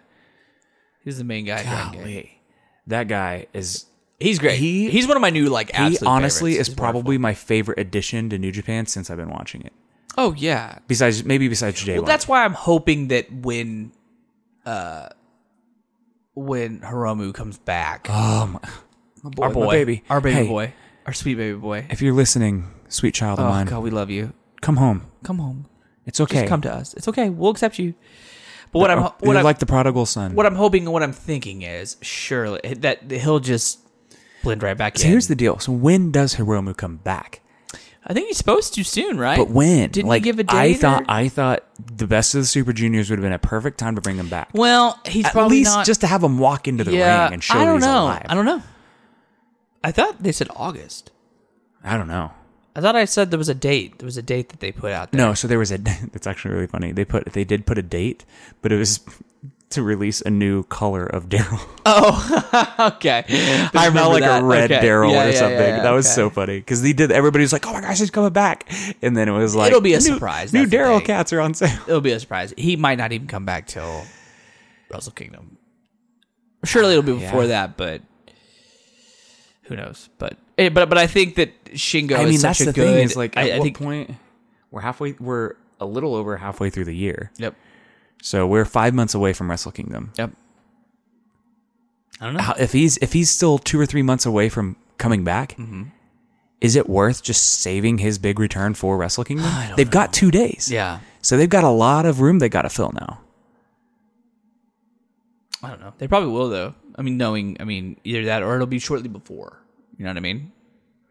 he was the main guy. Of Dragon Gate.
Golly, that guy is.
He's great.
He-
he's one of my new like.
He
absolute
honestly
favorites.
is
He's
probably my favorite addition to New Japan since I've been watching it.
wonderful. Oh yeah.
Besides, maybe besides J1.
Well, that's why I'm hoping that when, uh, when Hiromu comes back,
(gasps) oh, my,
boy,
our
my
boy.
baby, our baby
Hey.
boy, our sweet baby boy.
if you're listening, sweet child of
Oh
mine,
God, we love you.
come home.
Come home.
It's okay.
Just come to us. It's okay. We'll accept you. But what I'm
Oh,
what
you're
I'm
like the prodigal son.
what I'm hoping and what I'm thinking is surely that he'll just blend right back
so
in.
here's the deal. So when does Hiromu come back?
I think he's supposed to soon, right?
But when?
Didn't
like
he give a date?
I
or-
thought. I thought the best of the Super Juniors would have been a perfect time to bring him back.
well, he's
At
probably
least
not,
just to have him walk into the
yeah.
ring and show
I
that
don't
he's
know.
alive.
I don't know. I thought they said August.
I don't know.
I thought I said there was a date. There was a date that they put out there.
(laughs) No, so there was (laughs) a. That's actually really funny. They put they did put a date, but it was to release a new color of Daryl.
Oh, (laughs) okay. (laughs) I
It's not
remember
like
that.
a red
Okay.
Daryl or
Yeah, yeah, yeah,
something.
yeah,
that was
okay.
so funny because he did. Everybody's like, "Oh my gosh, he's coming back!" And then it was like,
It'll be a
new-
surprise,
New
that's the
Daryl
thing.
cats are on sale.
It'll be a surprise. He might not even come back till Wrestle Kingdom. Surely it'll be before that, but who knows? But eh, but but I think that Shingo.
I
is
mean,
such
that's
a
the
good,
thing. Is like, at
I, I
what
think.
point we're halfway? We're a little over halfway through the year,
Yep.
so we're five months away from Wrestle Kingdom.
Yep. I don't know.
How- If he's if he's still two or three months away from coming back, is it worth just saving his big return for Wrestle Kingdom?
don't
They've got two days,
Yeah.
so they've got a lot of room they got to fill now.
I don't know. They probably will though. I mean, knowing, I mean, either that or it'll be shortly before. You know what I mean?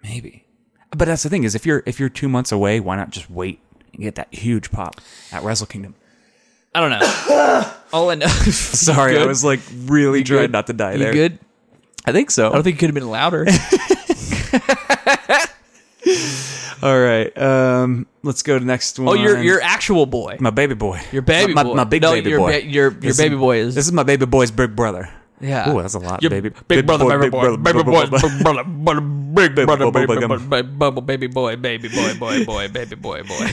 Maybe. But that's the thing is if you're if you're two months away, why not just wait and get that huge pop at Wrestle Kingdom?
I don't know.
(coughs)
All I know.
Sorry, I
good?
was like really trying not to die
you
there.
good?
I think so.
I don't think you could have been louder.
All right. Um let's go to next one.
oh, your your actual boy,
my baby boy.
your baby
my,
boy,
My big
no,
baby
your
boy.
ba- your your
This
baby boy is
This is my baby boy's big
(laughs)
brother.
Yeah.
Ooh, that's a lot,
Your
baby.
Big, brother, baby boy, baby boy, big brother, brother, big
Baby boy,
brother, baby
big
boy,
um.
baby boy, baby boy, baby boy, (laughs) boy, boy, baby boy, boy.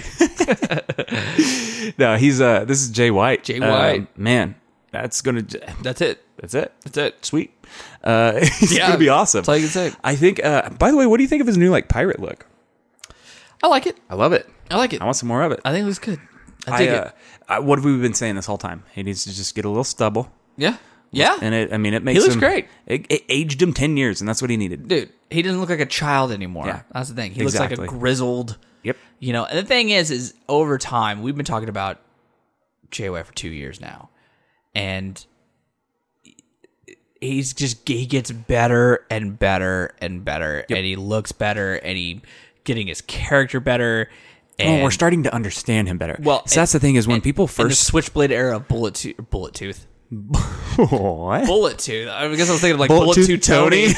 No, he's uh this is Jay White.
Jay
Um,
White.
man, that's gonna j-
That's it.
that's it.
That's it.
Sweet. Uh (laughs) it's
Yeah.
gonna be awesome.
That's all you can say.
I think uh by the way, what do you think of his new like pirate look?
I like it.
I love it.
I like it.
I want some more of it.
I think it looks good. I
I,
dig
uh,
it.
I, what have we been saying this whole time? He needs to just get a little stubble,
Yeah. Yeah.
and it. I mean, it makes
looks
him-
great.
It, it aged him ten years, and that's what he needed.
Dude, he doesn't look like a child anymore.
Yeah.
That's the thing. He looks like a
Exactly.
grizzled,
Yep.
you know. And the thing is, is over time, we've been talking about JY for two years now. And he's just he gets better and better and better and he looks better and he getting his character better and
Well, Oh, we're starting to understand him better.
Well,
Well, so that's the thing is when people
and the
first
switchblade era of bullet tooth bullet tooth
(laughs) what?
bullet tooth i guess i was thinking of like
Bullet
bullet,
Tooth
tooth tony,
(laughs)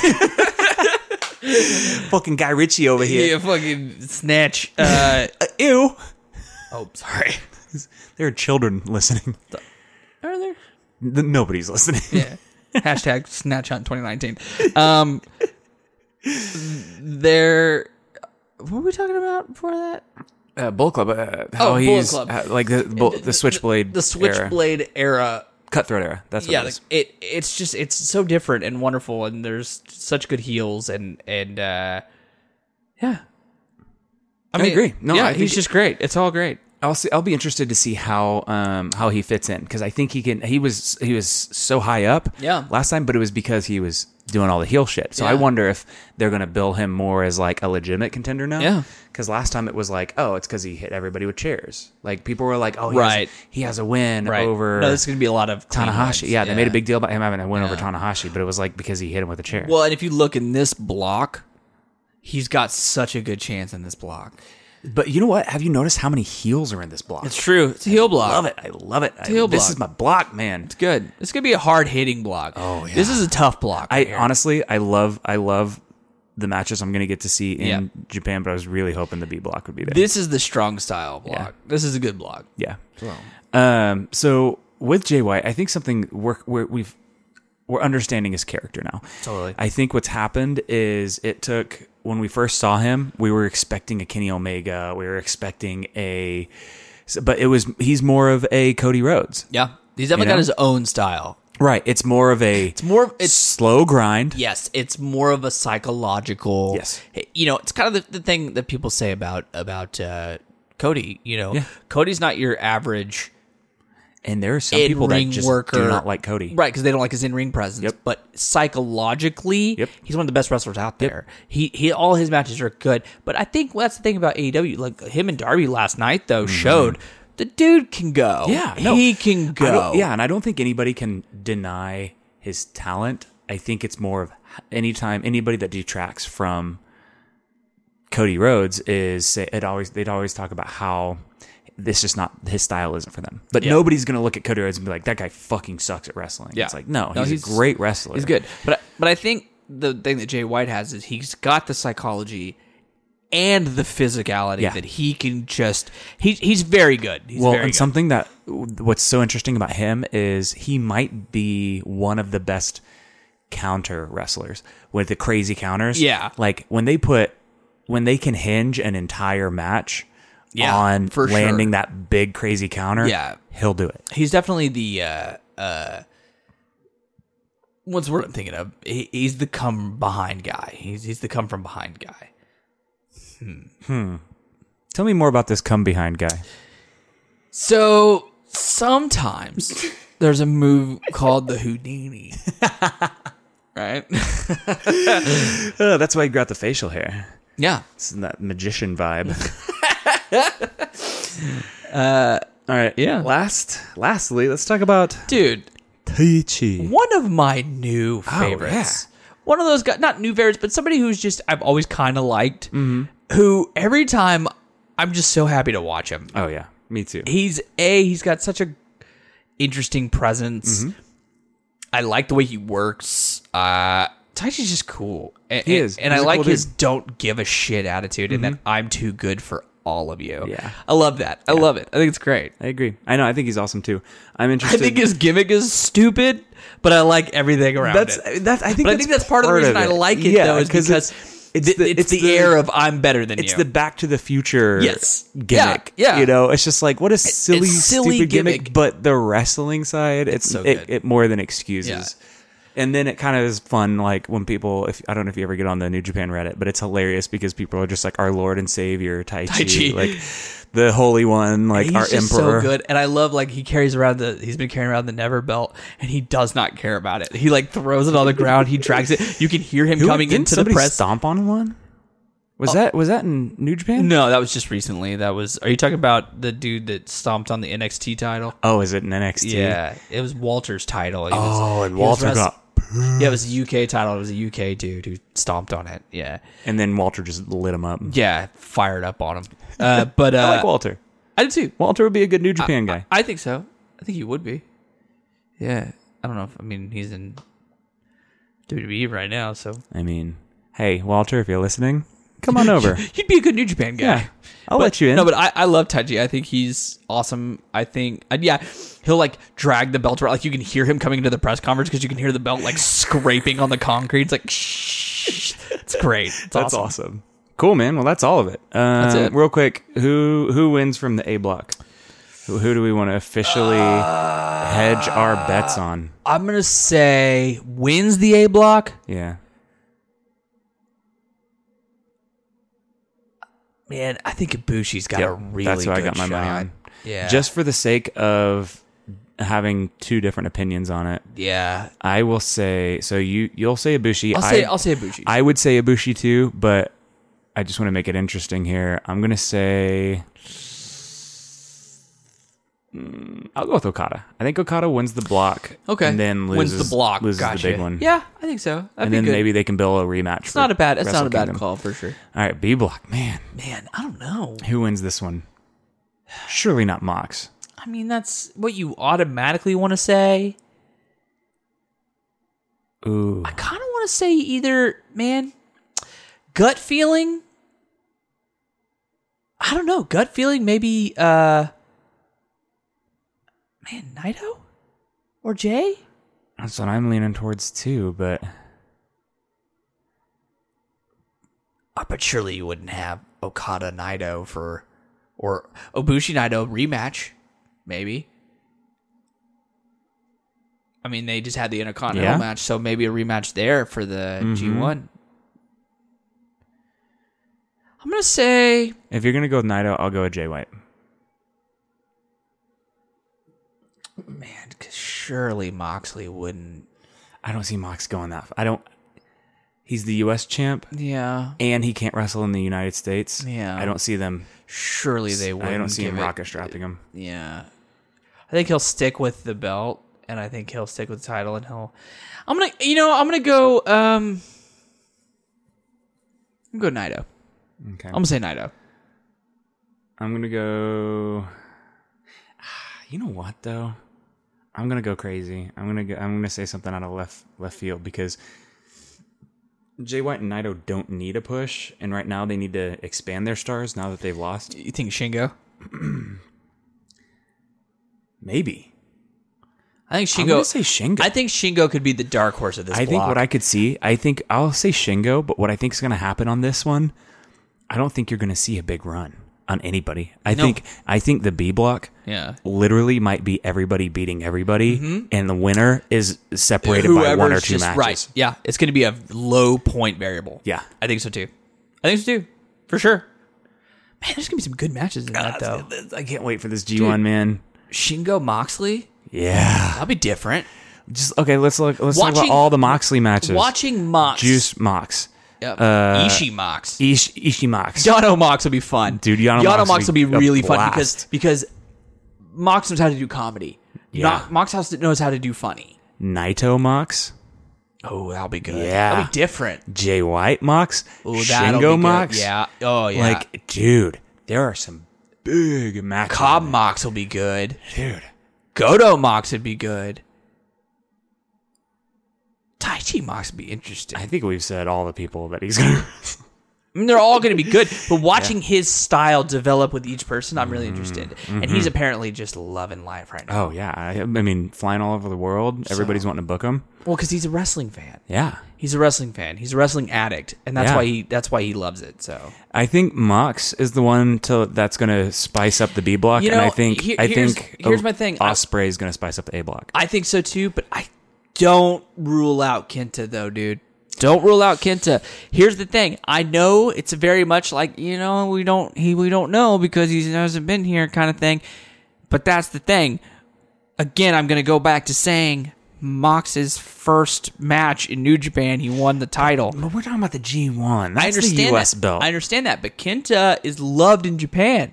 (laughs)
fucking Guy Ritchie over
yeah.
here.
fucking snatch
(laughs)
uh
Uh, ew,
oh sorry
there are children listening. (laughs)
are there
N- Nobody's listening.
yeah. (laughs) Hashtag Snatch Hunt 2019. Um, there. What were we talking about before that?
Uh, Bull Club. Uh,
Oh, Bullet
he's,
Club.
uh, like the bull, the, switchblade,
(laughs) The Switchblade era.
cutthroat era. That's what
Yeah,
it
like,
is.
it it's just it's so different and wonderful, and there's such good heels and and uh, yeah.
I agree. No,
yeah,
I think-
he's just great. It's all great.
I'll see, I'll be interested to see how um how he fits in because I think he can. He was he was so high up
Yeah.
last time, but it was because he was doing all the heel shit. So I
Yeah.
wonder if they're gonna bill him more as like a legitimate contender now.
Yeah.
because last time it was like, oh, it's because he hit everybody with chairs. Like people were like, oh, he has,
Right.
he has a win
Right.
over
no, this is gonna be a lot of clean
Tanahashi.
wins.
Yeah, they made a big deal about him having a win over Tanahashi, but it was like because he hit him with a chair.
Well, and if you look in this block, he's got such a good chance in this block.
but you know what? Have you noticed how many heels are in this block?
It's true. It's a heel block.
I love it. I love it. I,
heel
this
block.
is my block, man.
It's good. This could be a hard hitting block. Oh yeah. This is a tough block.
I
right here.
honestly, I love, I love the matches I'm going to get to see in
Yeah.
Japan, but I was really hoping the B block would be there.
this is the strong style block. This is a good block.
yeah. Um. So with Jay White, I think something we're, we're we've we're understanding his character now.
Totally.
I think what's happened is it took when we first saw him, we were expecting a Kenny Omega, we were expecting a, but it was he's more of a Cody Rhodes.
Yeah. He's definitely
You know?
got his own style.
Right. It's more of a
It's more of it's
slow grind.
yes, it's more of a psychological
Yes.
You know, it's kind of the, the thing that people say about about uh Cody, you know.
Yeah.
Cody's not your average
And there are some
In
people that
ring
just do
worker.
not like Cody.
Right, because they don't like his in ring presence.
Yep.
But psychologically,
Yep.
he's one of the best wrestlers out there. He he all his matches are good. But I think that's the thing about AEW. Like him and Darby last night though showed the dude can go.
Mm-hmm. Yeah, no.
He can
I
go.
don't- yeah, and I don't think anybody can deny his talent. I think it's more of anytime anybody that detracts from Cody Rhodes is say- it always they'd always talk about how this just not his style isn't for them. But
Yeah.
nobody's gonna look at Cody Rhodes and be like, that guy fucking sucks at wrestling.
Yeah.
It's like no,
No,
he's,
he's-
a great wrestler.
He's good. But I, but I think the thing that Jay White has is he's got the psychology and the physicality
Yeah.
that he can just he he's very good. He's
well,
very
and
good.
something that what's so interesting about him is he might be one of the best counter wrestlers with the crazy counters.
Yeah.
like when they put when they can hinge an entire match
Yeah,
on
for sure.
landing that big crazy counter.
Yeah.
he'll do it.
he's definitely the uh uh what's the word I'm thinking of? He, he's the come behind guy. He's he's the come from behind guy.
Tell me more about this come behind guy.
So
(laughs)
sometimes there's a move called the Houdini. (laughs) right?
Oh, that's why he got the facial hair.
yeah.
It's that magician vibe.
(laughs)
uh, all right.
yeah.
Last, lastly, let's talk about
Dude,
Taichi.
one of my
Oh,
new favorites. One of those guys, not new favorites, but somebody who's just I've always kind of liked.
Mm-hmm.
Who every time I'm just so happy to watch him.
Oh yeah, me too.
He's a he's got such a interesting presence.
Mm-hmm.
I like the way he works. Uh Taichi's just cool. And,
He
and-
is.
and
He's
I
a
like
cool Mm-hmm.
his don't give a shit attitude and that I'm too good for all of you.
Yeah.
I love that. I love it. I think it's great.
I agree. I know. I think he's awesome too. I'm
I
interested.
think his gimmick is stupid, but I like everything around
that's
it.
that's. I think
But I
that's
think that's part, of the reason I
it.
like it
Yeah,
though, is because it's,
it's
the, it's the, air of I'm better than
it's
you.
the Back to the Future
Yes.
gimmick.
Yeah, yeah.
you know, it's just like what a silly,
silly
stupid gimmick,
gimmick.
But the wrestling side, it's,
so
it,
good.
it more than excuses. And then it kind of is fun, like when people. If I don't know if you ever get on the New Japan Reddit, but it's hilarious because people are just like our Lord and Savior Tai Chi,
Tai Chi.
like the Holy One, like
he's
our
just
Emperor.
so good, and I love like he carries around the he's been carrying around the never belt, and he does not care about it. He like throws it on the ground, he drags it. You can hear him
Who-
coming
didn't
into the
somebody
press.
Stomp on one. Oh. Was that was that in New Japan?
No, that was just recently. That was. Are you talking about the dude that stomped on the NXT title?
Oh, is it in NXT?
Yeah, it was Walter's title. He was-
Oh, and
he was
Walter
wrest-
got.
Yeah, it was a UK title. It was a UK dude who stomped on it. Yeah,
And then Walter just lit him up.
yeah, fired up on him. Uh, but uh,
I like Walter.
(laughs) I do too.
Walter would be a good
Uh,
New Japan guy.
I think so. I think he would be. Yeah. I don't know if I mean he's in WWE right
(laughs)
now, so
I mean, hey, Walter, if you're listening, come
(laughs)
on over.
he'd be a good New Japan guy.
Yeah. I'll
But-
let you in.
No, but I, I love Taiji. I think he's awesome. I think and yeah, he'll like drag the belt around. Like you can hear him coming into the press conference because you can hear the belt like scraping on the concrete. It's like (laughs) shh. It's great. It's
that's
awesome.
awesome. Cool, man. Well, that's all of it. Um,
it.
Real quick, who who wins from the A block? Who, who do we want to officially
Uh,
hedge our bets on?
I'm gonna say wins the A block.
Yeah.
Man, I think Ibushi's got
Yep,
a really
that's who I
good
got my
shot.
money on.
Yeah.
Just for the sake of having two different opinions on it,
yeah.
I will say. So you you'll say Ibushi.
I'll say
I,
I, will say Ibushi.
I would say Ibushi too, but I just want to make it interesting here. I'm gonna say Mm, I'll go with Okada. I think Okada wins the block.
Okay.
and then
wins
loses
the block.
loses
gotcha.
the big one.
Yeah, I think so. That'd
and
be
then
good.
maybe they can build a rematch.
it's not a bad. It's not a bad call for sure.
All right, B block. Man,
Man, I don't know.
who wins this one? Surely not Mox.
I mean, that's what you automatically want to say.
Ooh,
I kind of want to say either man, gut feeling. I don't know. Gut feeling, maybe. uh Man, Naito or Jay.
that's what I'm leaning towards too. But
Oh, but surely you wouldn't have Okada Naito for, or Obushi Naito rematch, maybe. I mean, they just had the Intercontinental
Yeah. Mm-hmm.
match, so maybe a rematch there for the G1. I'm gonna say
if you're gonna go with Naito, I'll go with Jay White.
man, 'cause surely Moxley wouldn't.
I don't see Mox going that. F- I don't. He's the U.S. champ.
Yeah,
and he can't wrestle in the United States.
Yeah.
I don't see them.
surely they wouldn't.
I don't see
give
him
it-
rocket strapping him.
Yeah. I think he'll stick with the belt and I think he'll stick with the title and he'll I'm gonna you know, I'm gonna go um I'm gonna go Naito.
Okay,
I'm
I'm,
gonna say Naito.
gonna go. (sighs) Ah, You know what though? I'm gonna go crazy. I'm gonna go, I'm gonna say something out of left left field because Jay White and Naito don't need a push, and right now they need to expand their stars now that they've lost.
You think Shingo?
Maybe.
I think
I'm going
Shingo.
to say Shingo.
I think Shingo could be the dark horse of this.
I think
block.
what I could see, I think I'll say Shingo, but what I think is going to happen on this one, I don't think you're going to see a big run on anybody. I
No.
think I think the B block
yeah. Mm-hmm.
literally might be everybody beating everybody, and the winner is separated by one or
Whoever's
two
just-
matches.
Right. Yeah. It's going to be a low point variable.
Yeah.
I think so too. I think so too. For sure. Man, there's going to be some good matches in that though.
I can't wait for this G1 man.
Shingo Moxley?
Yeah.
That'll be different.
Just okay. Let's look. Let's talk
Watching-
about all the Moxley matches.
Watching Mox.
Juice Mox,
Yep.
uh,
Ishii Mox.
Ish, Ishi Mox.
Yano Mox will be fun.
Dude, Yano Mox
Mox will be
would be a
really fun
blast.
because because Mox knows how to do comedy.
Yeah.
Mo- Mox has to- knows how to do funny.
Naito Mox,
Oh, that'll be good.
Yeah.
That'll be different.
Jay White Mox,
Ooh, that'll be
Shingo
good.
Mox.
Yeah. Oh, yeah.
Like, dude, there are some big matches.
Cobb Mox will be good.
dude.
Godo Mox would be good. Tai Chi Mox would be interesting.
I think we've said all the people that he's gonna. (laughs)
I mean, they're all going to be good, but watching his style develop with each person, I'm really interested. And
Mm-hmm.
he's apparently just loving life right now.
oh yeah, I, I mean, flying all over the world. Everybody's wanting to book him.
Well, because he's a wrestling fan.
Yeah,
He's a wrestling fan. He's a wrestling addict, and that's
Yeah.
why he that's why he loves it. So
I think Mox is the one to that's gonna spice up the B block,
You
and I
know,
think
he-
I
here's-
think
here's my thing. I-
Osprey is gonna spice up the A block.
I think so too. But I don't rule out Kenta though, dude. Don't rule out Kenta. Here's the thing. I know it's very much like you know we don't he we don't know because he hasn't been here kind of thing. But that's the thing. Again, I'm going to go back to saying Mox's first match in New Japan, he won the title.
But we're talking about the G one.
I understand
the U.S.
that.
belt.
I understand that, but Kenta is loved in Japan.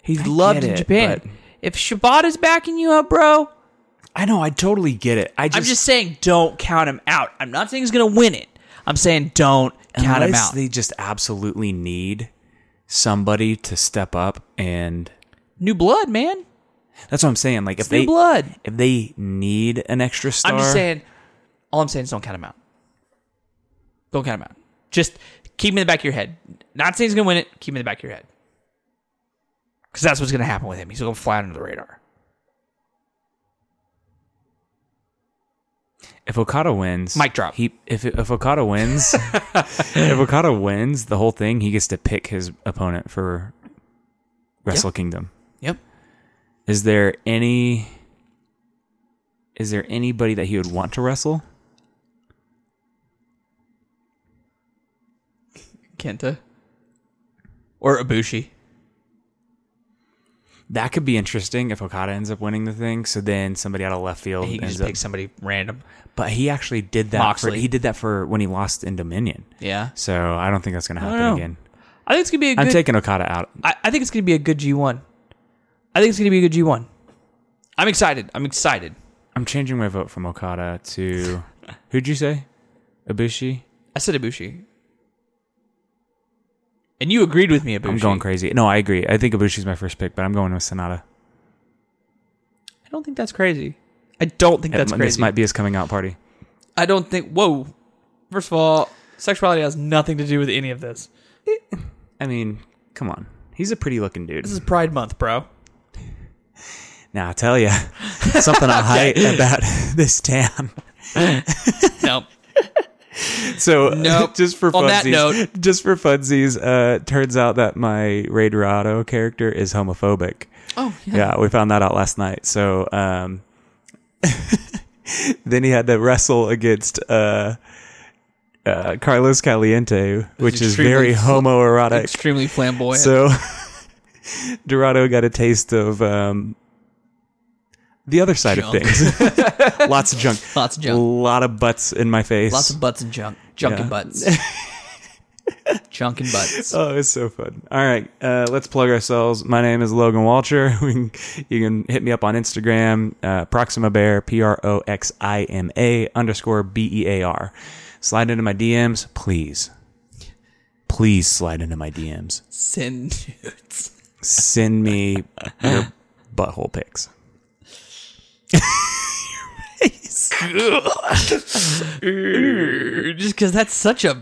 He's loved in
it,
Japan.
but-
If Shibata's backing you up, bro,
I know. I totally get it. I just,
I'm just saying don't count him out. I'm not saying he's gonna win it. I'm saying don't count him
unless
out.
they just absolutely need somebody to step up, and
new blood, man.
that's what I'm saying. Like if
New
they
blood.
if they need an extra star,
I'm just saying. All I'm saying is don't count him out. Don't count him out. Just keep him in the back of your head. Not saying he's gonna win it. Keep him in the back of your head. Because that's what's gonna happen with him. He's gonna fly under the radar.
If Okada wins,
Mic drop.
He if if Okada
(laughs)
wins, if Okada wins the whole thing, he gets to pick his opponent for Wrestle Kingdom.
Yep.
Is there any? Is there anybody that he would want to wrestle?
Kenta. Or Ibushi.
That could be interesting if Okada ends up winning the thing. So then somebody out of left field
He can
ends
just
up.
pick somebody random.
but he actually did that. For,
Moxley.
he did that for when he lost in Dominion.
Yeah.
So I don't think that's gonna happen
know.
again.
I think it's gonna be a
I'm
good
taking Okada out.
I, I think it's gonna be a good G one. I think it's gonna be a good G one. I'm excited. I'm excited.
I'm changing my vote from Okada to who'd you say? Ibushi.
I said Ibushi. And you agreed with me, Ibushi.
I'm going crazy. No, I agree. I think Ibushi's my first pick, but I'm going with Sonata.
I don't think that's crazy. I don't think that's
It- This
crazy.
might be his coming out party.
I don't think. Whoa. First of all, sexuality has nothing to do with any of this.
I mean, come on. He's a pretty looking dude.
This is Pride Month, (laughs) bro.
Now I tell you, (laughs) something I
(laughs)
hate about (laughs) this town.
No.
So (laughs)
Nope.
just for funsies,
On that note-
just for funsies, uh, turns out that my Ray Dorado character is homophobic.
oh (laughs) yeah.
Yeah, we found that out last night. So um, (laughs) then he had to wrestle against uh, uh, Carlos Caliente, which is
extremely
very
fl-
homoerotic.
Extremely flamboyant.
So (laughs) Dorado got a taste of um, the other side
Junk.
of things. (laughs) Lots of junk.
Lots of
A
(laughs) junk.
lot of butts in my face.
Lots of butts and junk. Junk
Yeah. (laughs)
and butts. junk and butts.
Oh, it's so fun. All right, uh, let's plug ourselves. My name is Logan Walcher. (laughs) We can, you can hit me up on Instagram, uh, Proxima Bear, P R O X I M A underscore B E A R. Slide into my DMs, please. Please slide into my DMs.
Send (laughs) nudes.
Send
(laughs)
me your butthole pics.
just because that's such a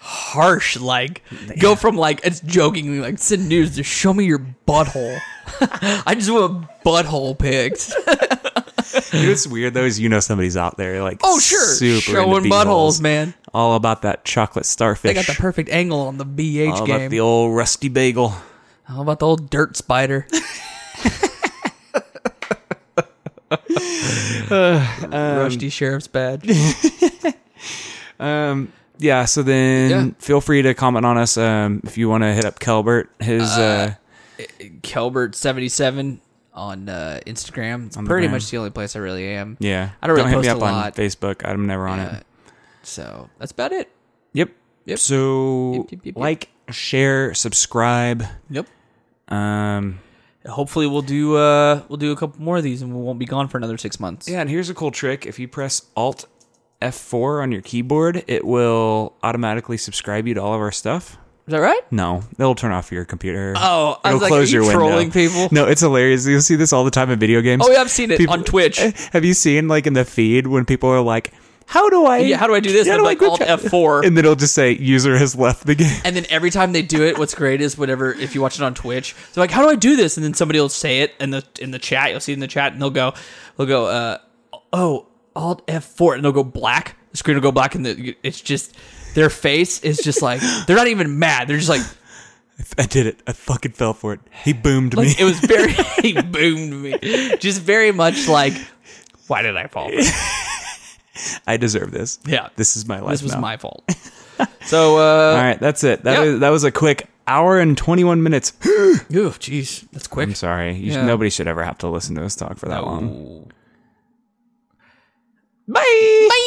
harsh. Like, go from like it's jokingly like send news to show me your butthole. (laughs) I just want butthole pics.
You know what's weird though is you know somebody's out there like
Oh sure,
super
showing
into
buttholes,
beetles.
man.
all about that chocolate starfish
They got the perfect angle on the BH
all
game.
about Oh, the old rusty bagel
How about the old dirt spider?
(laughs) Uh, um,
Rusty sheriff's badge.
yeah so then
Yeah.
feel free to comment on us um, if you want to hit up Kelbert his uh,
Kelbert seventy seven on uh, Instagram. It's pretty
gram.
much the only place I really am.
yeah
I don't really
hit me
post
up
a
on
lot.
Facebook I'm never on
Uh,
it
so that's about it.
yep
yep.
so
Yep, yep, yep, yep.
like share subscribe
Yep.
um,
Hopefully we'll do uh we'll do a couple more of these and we won't be gone for another six months.
yeah and here's a cool trick if you press Alt F4 on your keyboard it will automatically subscribe you to all of our stuff.
Is that right?
No, it'll turn off your computer.
Oh, I
it'll
was like, are you trolling people?
No, it's hilarious. You'll see this all the time in video games.
Oh yeah, I've seen it
People-
on Twitch.
(laughs) Have you seen like in the feed when people are like, "How do I?
Yeah, how do I do this?"
How
And
do
I'm
I
like,
go
Alt
check-"
F4.
And then it'll just say, "User has left the
(laughs)
game."
And then every time they do it, what's great is whenever if you watch it on Twitch, they're like, "How do I do this?" And then somebody will say it in the in the chat. You'll see it in the chat, and they'll go, "They'll go, uh, oh, Alt F four, and they'll go black. The screen will go black, and the, it's just their face is just like they're not even mad. They're just like
I did it. I fucking fell for it. He boomed me.
it was very (laughs) he boomed me, just very much like, why did I
(laughs)
fall? for this?
(laughs) I deserve this.
Yeah.
this is my life.
This was
now.
my fault. So, uh,
All right, that's it. That
Yeah.
was- that was a quick hour and twenty one minutes. (gasps)
ooh, jeez, that's quick.
I'm sorry. You
Yeah.
should, nobody should ever have to listen to us talk for that long.
Bye. Bye.